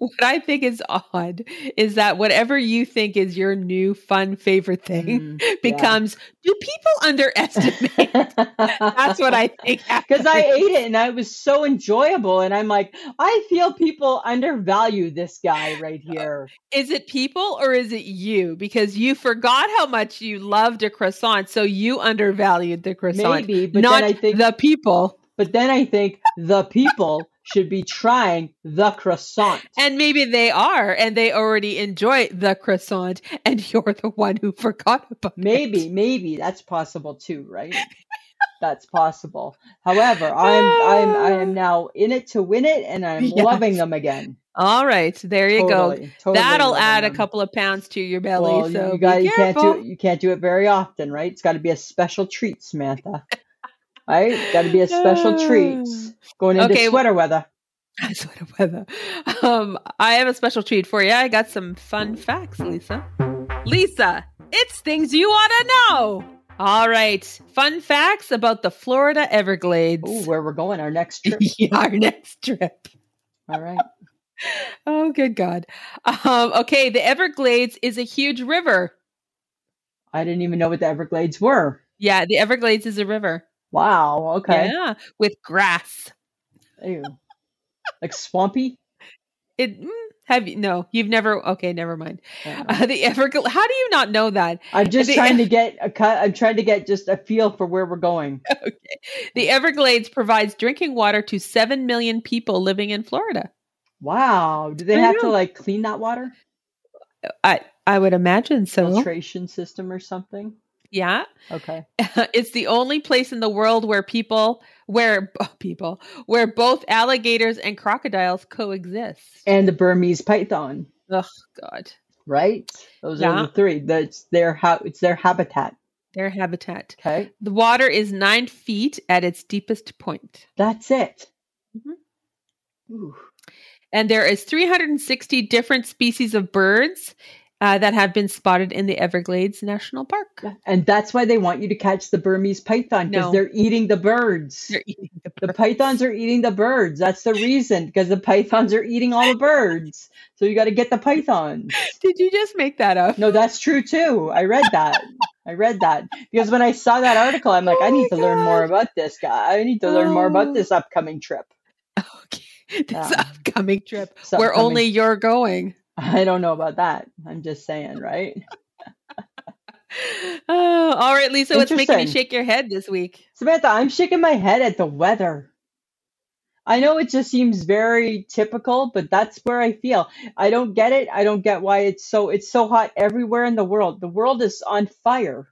Speaker 1: What I think is odd is that whatever you think is your new fun favorite (laughs) thing
Speaker 2: Mm,
Speaker 1: becomes. Do people (laughs) underestimate?
Speaker 2: (laughs)
Speaker 1: That's
Speaker 2: That's (laughs)
Speaker 1: what I think.
Speaker 2: Because I
Speaker 1: happens.
Speaker 2: ate it and I was so enjoyable, and I'm like, I feel people undervalue this guy right here.
Speaker 1: Is it people or is it you? Because you forgot how much you loved a croissant, so you undervalued the croissant.
Speaker 2: Maybe, but
Speaker 1: not
Speaker 2: then I think,
Speaker 1: the people.
Speaker 2: but then I think the people should be trying the croissant.
Speaker 1: And maybe they are, and they already enjoy the croissant, and (laughs) you're the one who forgot about
Speaker 2: Maybe,
Speaker 1: it.
Speaker 2: maybe that's possible too, right? That's possible.
Speaker 1: (laughs)
Speaker 2: However, I'm I'm I am now in it to win it, and I'm
Speaker 1: Ah. Yes.
Speaker 2: loving them again.
Speaker 1: All right, there you go.
Speaker 2: Totally, totally
Speaker 1: That'll
Speaker 2: loving
Speaker 1: add a
Speaker 2: them.
Speaker 1: couple of pounds to your belly.
Speaker 2: Well, you-
Speaker 1: so
Speaker 2: you, got
Speaker 1: be
Speaker 2: you can't
Speaker 1: careful.
Speaker 2: do it, you can't do it very often, right? It's got to be a special treat, Samantha. right? Got to be a special
Speaker 1: (sighs)
Speaker 2: treat going into
Speaker 1: Okay, wh-
Speaker 2: sweater weather.
Speaker 1: (laughs) That's what a weather. Um, I have a special treat for you. I got some fun facts, Lisa. Lisa, it's things you ought to know. All right, fun facts about the Florida Everglades. (laughs)
Speaker 2: Ooh, where we're going? Our next trip.
Speaker 1: Our next trip.
Speaker 2: All right.
Speaker 1: Oh, good God. Um, okay, the Everglades is a huge river.
Speaker 2: I didn't even know what the Everglades were.
Speaker 1: Yeah, the Everglades is a river.
Speaker 2: Wow. Okay.
Speaker 1: Yeah, with grass.
Speaker 2: Ew. Like swampy.
Speaker 1: It mm, have you? No, you've never. Okay, never mind. (laughs)
Speaker 2: I don't know.
Speaker 1: Uh, the Everglades. How do you not know that?
Speaker 2: I'm just
Speaker 1: the- (laughs)
Speaker 2: trying to get a cut. I'm trying to get just a feel for where we're going.
Speaker 1: The Everglades provides drinking water to 7 million people living in Florida.
Speaker 2: Wow. Do they
Speaker 1: I
Speaker 2: have to
Speaker 1: know.
Speaker 2: like clean that water
Speaker 1: I, I would imagine so.
Speaker 2: filtration system or something?
Speaker 1: Yeah. (laughs)
Speaker 2: Okay.
Speaker 1: It's the only place in the world where people, where oh, (laughs) people, where both alligators and crocodiles coexist.
Speaker 2: And the Burmese python.
Speaker 1: God,
Speaker 2: right? Those
Speaker 1: Yeah.
Speaker 2: are the three. That's their how it's their habitat.
Speaker 1: their habitat.
Speaker 2: Okay,
Speaker 1: The water is nine feet at its deepest point.
Speaker 2: that's it.
Speaker 1: Mhm.
Speaker 2: Ooh.
Speaker 1: And there is 360 different species of birds uh, that have been spotted in the Everglades National Park.
Speaker 2: And that's why they want you to catch the Burmese python because
Speaker 1: No.
Speaker 2: they're eating the birds.
Speaker 1: They're eating the
Speaker 2: (laughs) the
Speaker 1: birds.
Speaker 2: pythons are eating the birds. That's the reason because the pythons are eating all the birds. So you got to get the pythons.
Speaker 1: (laughs) Did you just make that up?
Speaker 2: No, that's true too. I read that. I read that because when I saw that article, I'm like,
Speaker 1: Oh
Speaker 2: I
Speaker 1: my
Speaker 2: need to learn more
Speaker 1: God.
Speaker 2: about this guy. I need to learn more
Speaker 1: Oh.
Speaker 2: about this upcoming trip.
Speaker 1: (laughs) Okay. This
Speaker 2: Yeah.
Speaker 1: upcoming trip
Speaker 2: So
Speaker 1: where
Speaker 2: upcoming-
Speaker 1: only you're going.
Speaker 2: (laughs)
Speaker 1: (sighs)
Speaker 2: I don't know about that. I'm just saying, right?
Speaker 1: Oh, all right, Lisa, what's making you
Speaker 2: Interesting.
Speaker 1: shake your head this week?
Speaker 2: Samantha, I'm shaking my head at the weather. I know it just seems very typical, but that's where I feel. I don't get it. I don't get why it's so it's so hot everywhere in the world. The world is on fire.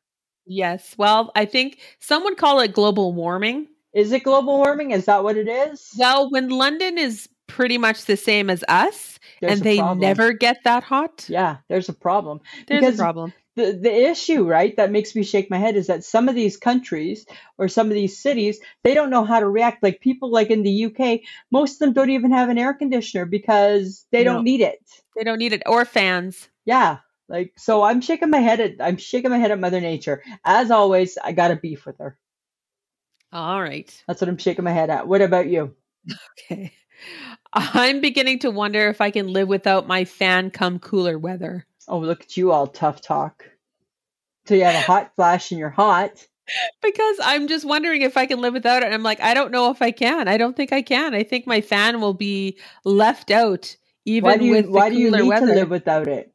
Speaker 1: Yes. Well, I think some would call it global warming.
Speaker 2: Is it global warming? Is that what it is?
Speaker 1: Well, when London is pretty much the same as us
Speaker 2: There's a
Speaker 1: and they
Speaker 2: problem.
Speaker 1: never get that hot,
Speaker 2: Yeah, there's a problem.
Speaker 1: there's
Speaker 2: because-
Speaker 1: a problem.
Speaker 2: The the issue, right, that makes me shake my head is that some of these countries or some of these cities, they don't know how to react. Like people like in the UK, most of them don't even have an air conditioner because they
Speaker 1: No.
Speaker 2: don't need it.
Speaker 1: They don't need it or fans.
Speaker 2: yeah like so i'm shaking my head at i'm shaking my head at mother nature as always i got a beef with her
Speaker 1: All right. (laughs)
Speaker 2: that's what i'm shaking my head at what about you
Speaker 1: Okay. I'm beginning to wonder if I can live without my fan come cooler weather.
Speaker 2: oh look at you all tough talk so you have a hot flash and you're hot
Speaker 1: because I'm just wondering if I can live without it. And I'm like, I don't know if I can. I don't think I can. I think my fan will be left out even
Speaker 2: why do you
Speaker 1: with the
Speaker 2: why do you
Speaker 1: cooler
Speaker 2: need
Speaker 1: weather.
Speaker 2: to live without it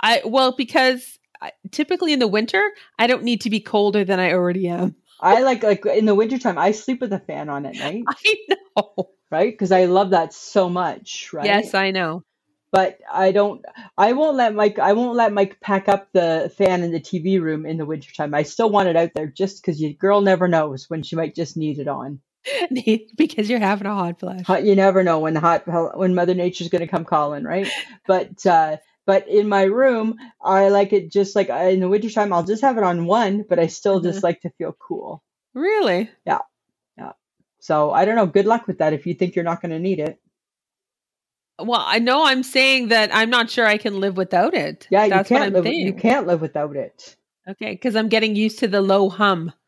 Speaker 1: I well because I- typically in the winter I don't need to be colder than I already am. (laughs)
Speaker 2: i like like in the wintertime i sleep with a fan on at night
Speaker 1: I know.
Speaker 2: right because i love that so much right
Speaker 1: Yes, I know. (laughs)
Speaker 2: but I don't I won't let Mike I won't let Mike pack up the fan in the TV room in the wintertime. I still want it out there just because your girl never knows when she might just need it on.
Speaker 1: because you're having a hot flash.
Speaker 2: Hot, you never know when the hot when Mother Nature's going to come calling, right? But uh, but in my room, I like it just like uh, in the wintertime. I'll just have it on one, but I still
Speaker 1: Mm-hmm.
Speaker 2: just like to feel cool.
Speaker 1: Really?
Speaker 2: Yeah, yeah. So I don't know. Good luck with that if you think you're not going to need it.
Speaker 1: Well, I know I'm saying that I'm not sure I can live without it.
Speaker 2: Yeah,
Speaker 1: That's
Speaker 2: you
Speaker 1: what
Speaker 2: can't
Speaker 1: I'm
Speaker 2: live.
Speaker 1: saying.
Speaker 2: You can't live without it.
Speaker 1: Okay, because I'm getting used to the low hum. (laughs)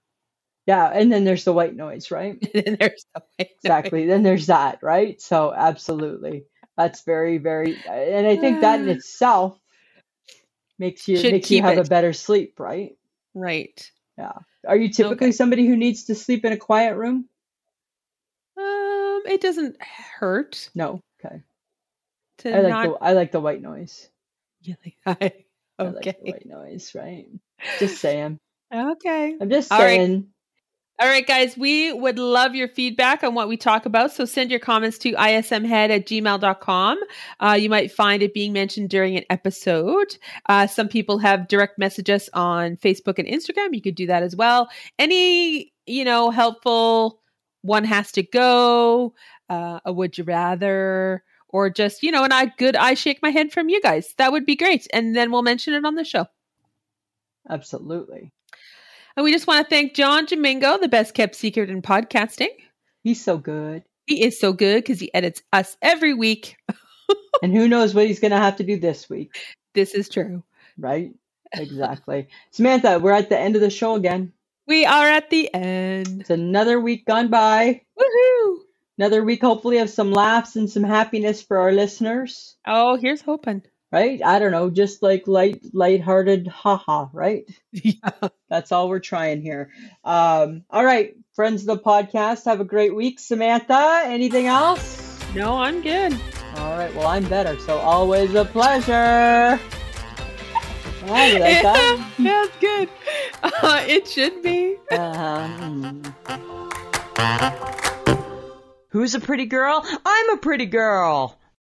Speaker 2: Yeah, and then there's the white noise, right?
Speaker 1: And There's no way.
Speaker 2: exactly then there's that right so absolutely that's very very and i
Speaker 1: (sighs)
Speaker 2: think that in
Speaker 1: Ah.
Speaker 2: itself makes you
Speaker 1: Should
Speaker 2: makes you
Speaker 1: keep
Speaker 2: have a
Speaker 1: it.
Speaker 2: better sleep right
Speaker 1: Right.
Speaker 2: are you typically somebody who needs to sleep in a quiet room
Speaker 1: Um, it doesn't hurt
Speaker 2: no okay
Speaker 1: to
Speaker 2: i
Speaker 1: (laughs)
Speaker 2: like
Speaker 1: not.
Speaker 2: the i like the white noise
Speaker 1: Yeah, like, I-
Speaker 2: i like the
Speaker 1: okay.
Speaker 2: white noise right just saying
Speaker 1: Okay.
Speaker 2: i'm just
Speaker 1: All right.
Speaker 2: saying
Speaker 1: All right, guys, we would love your feedback on what we talk about. So send your comments to ismhead at gmail.com. Uh, you might find it being mentioned during an episode. Uh, some people have direct message us on Facebook and Instagram. You could do that as well. Any, you know, helpful one has to go, uh, a would you rather, or just, you know, and I good I shake my head from you guys. That would be great. And then we'll mention it on the show.
Speaker 2: absolutely
Speaker 1: And we just want to thank John Domingo, the best kept secret in podcasting.
Speaker 2: he's so good
Speaker 1: He is so good because he edits us every week.
Speaker 2: and who knows what he's gonna have to do this week
Speaker 1: This is true.
Speaker 2: right exactly samantha we're at the end of the show again
Speaker 1: We are at the end.
Speaker 2: (laughs) it's another week gone by
Speaker 1: Woohoo!
Speaker 2: another week hopefully of some laughs and some happiness for our listeners
Speaker 1: Oh, here's
Speaker 2: (laughs)
Speaker 1: hoping.
Speaker 2: right i don't know just like light lighthearted haha right
Speaker 1: Yeah.
Speaker 2: that's all we're trying here um all right friends of the podcast have a great week samantha anything else
Speaker 1: No, I'm good.
Speaker 2: all right well i'm better so always a pleasure (laughs) I
Speaker 1: (laughs)
Speaker 2: like that.
Speaker 1: Yeah, it's good. Uh, it should be.
Speaker 2: Uh-huh. hmm. Mm. Who's a pretty girl? I'm a pretty girl.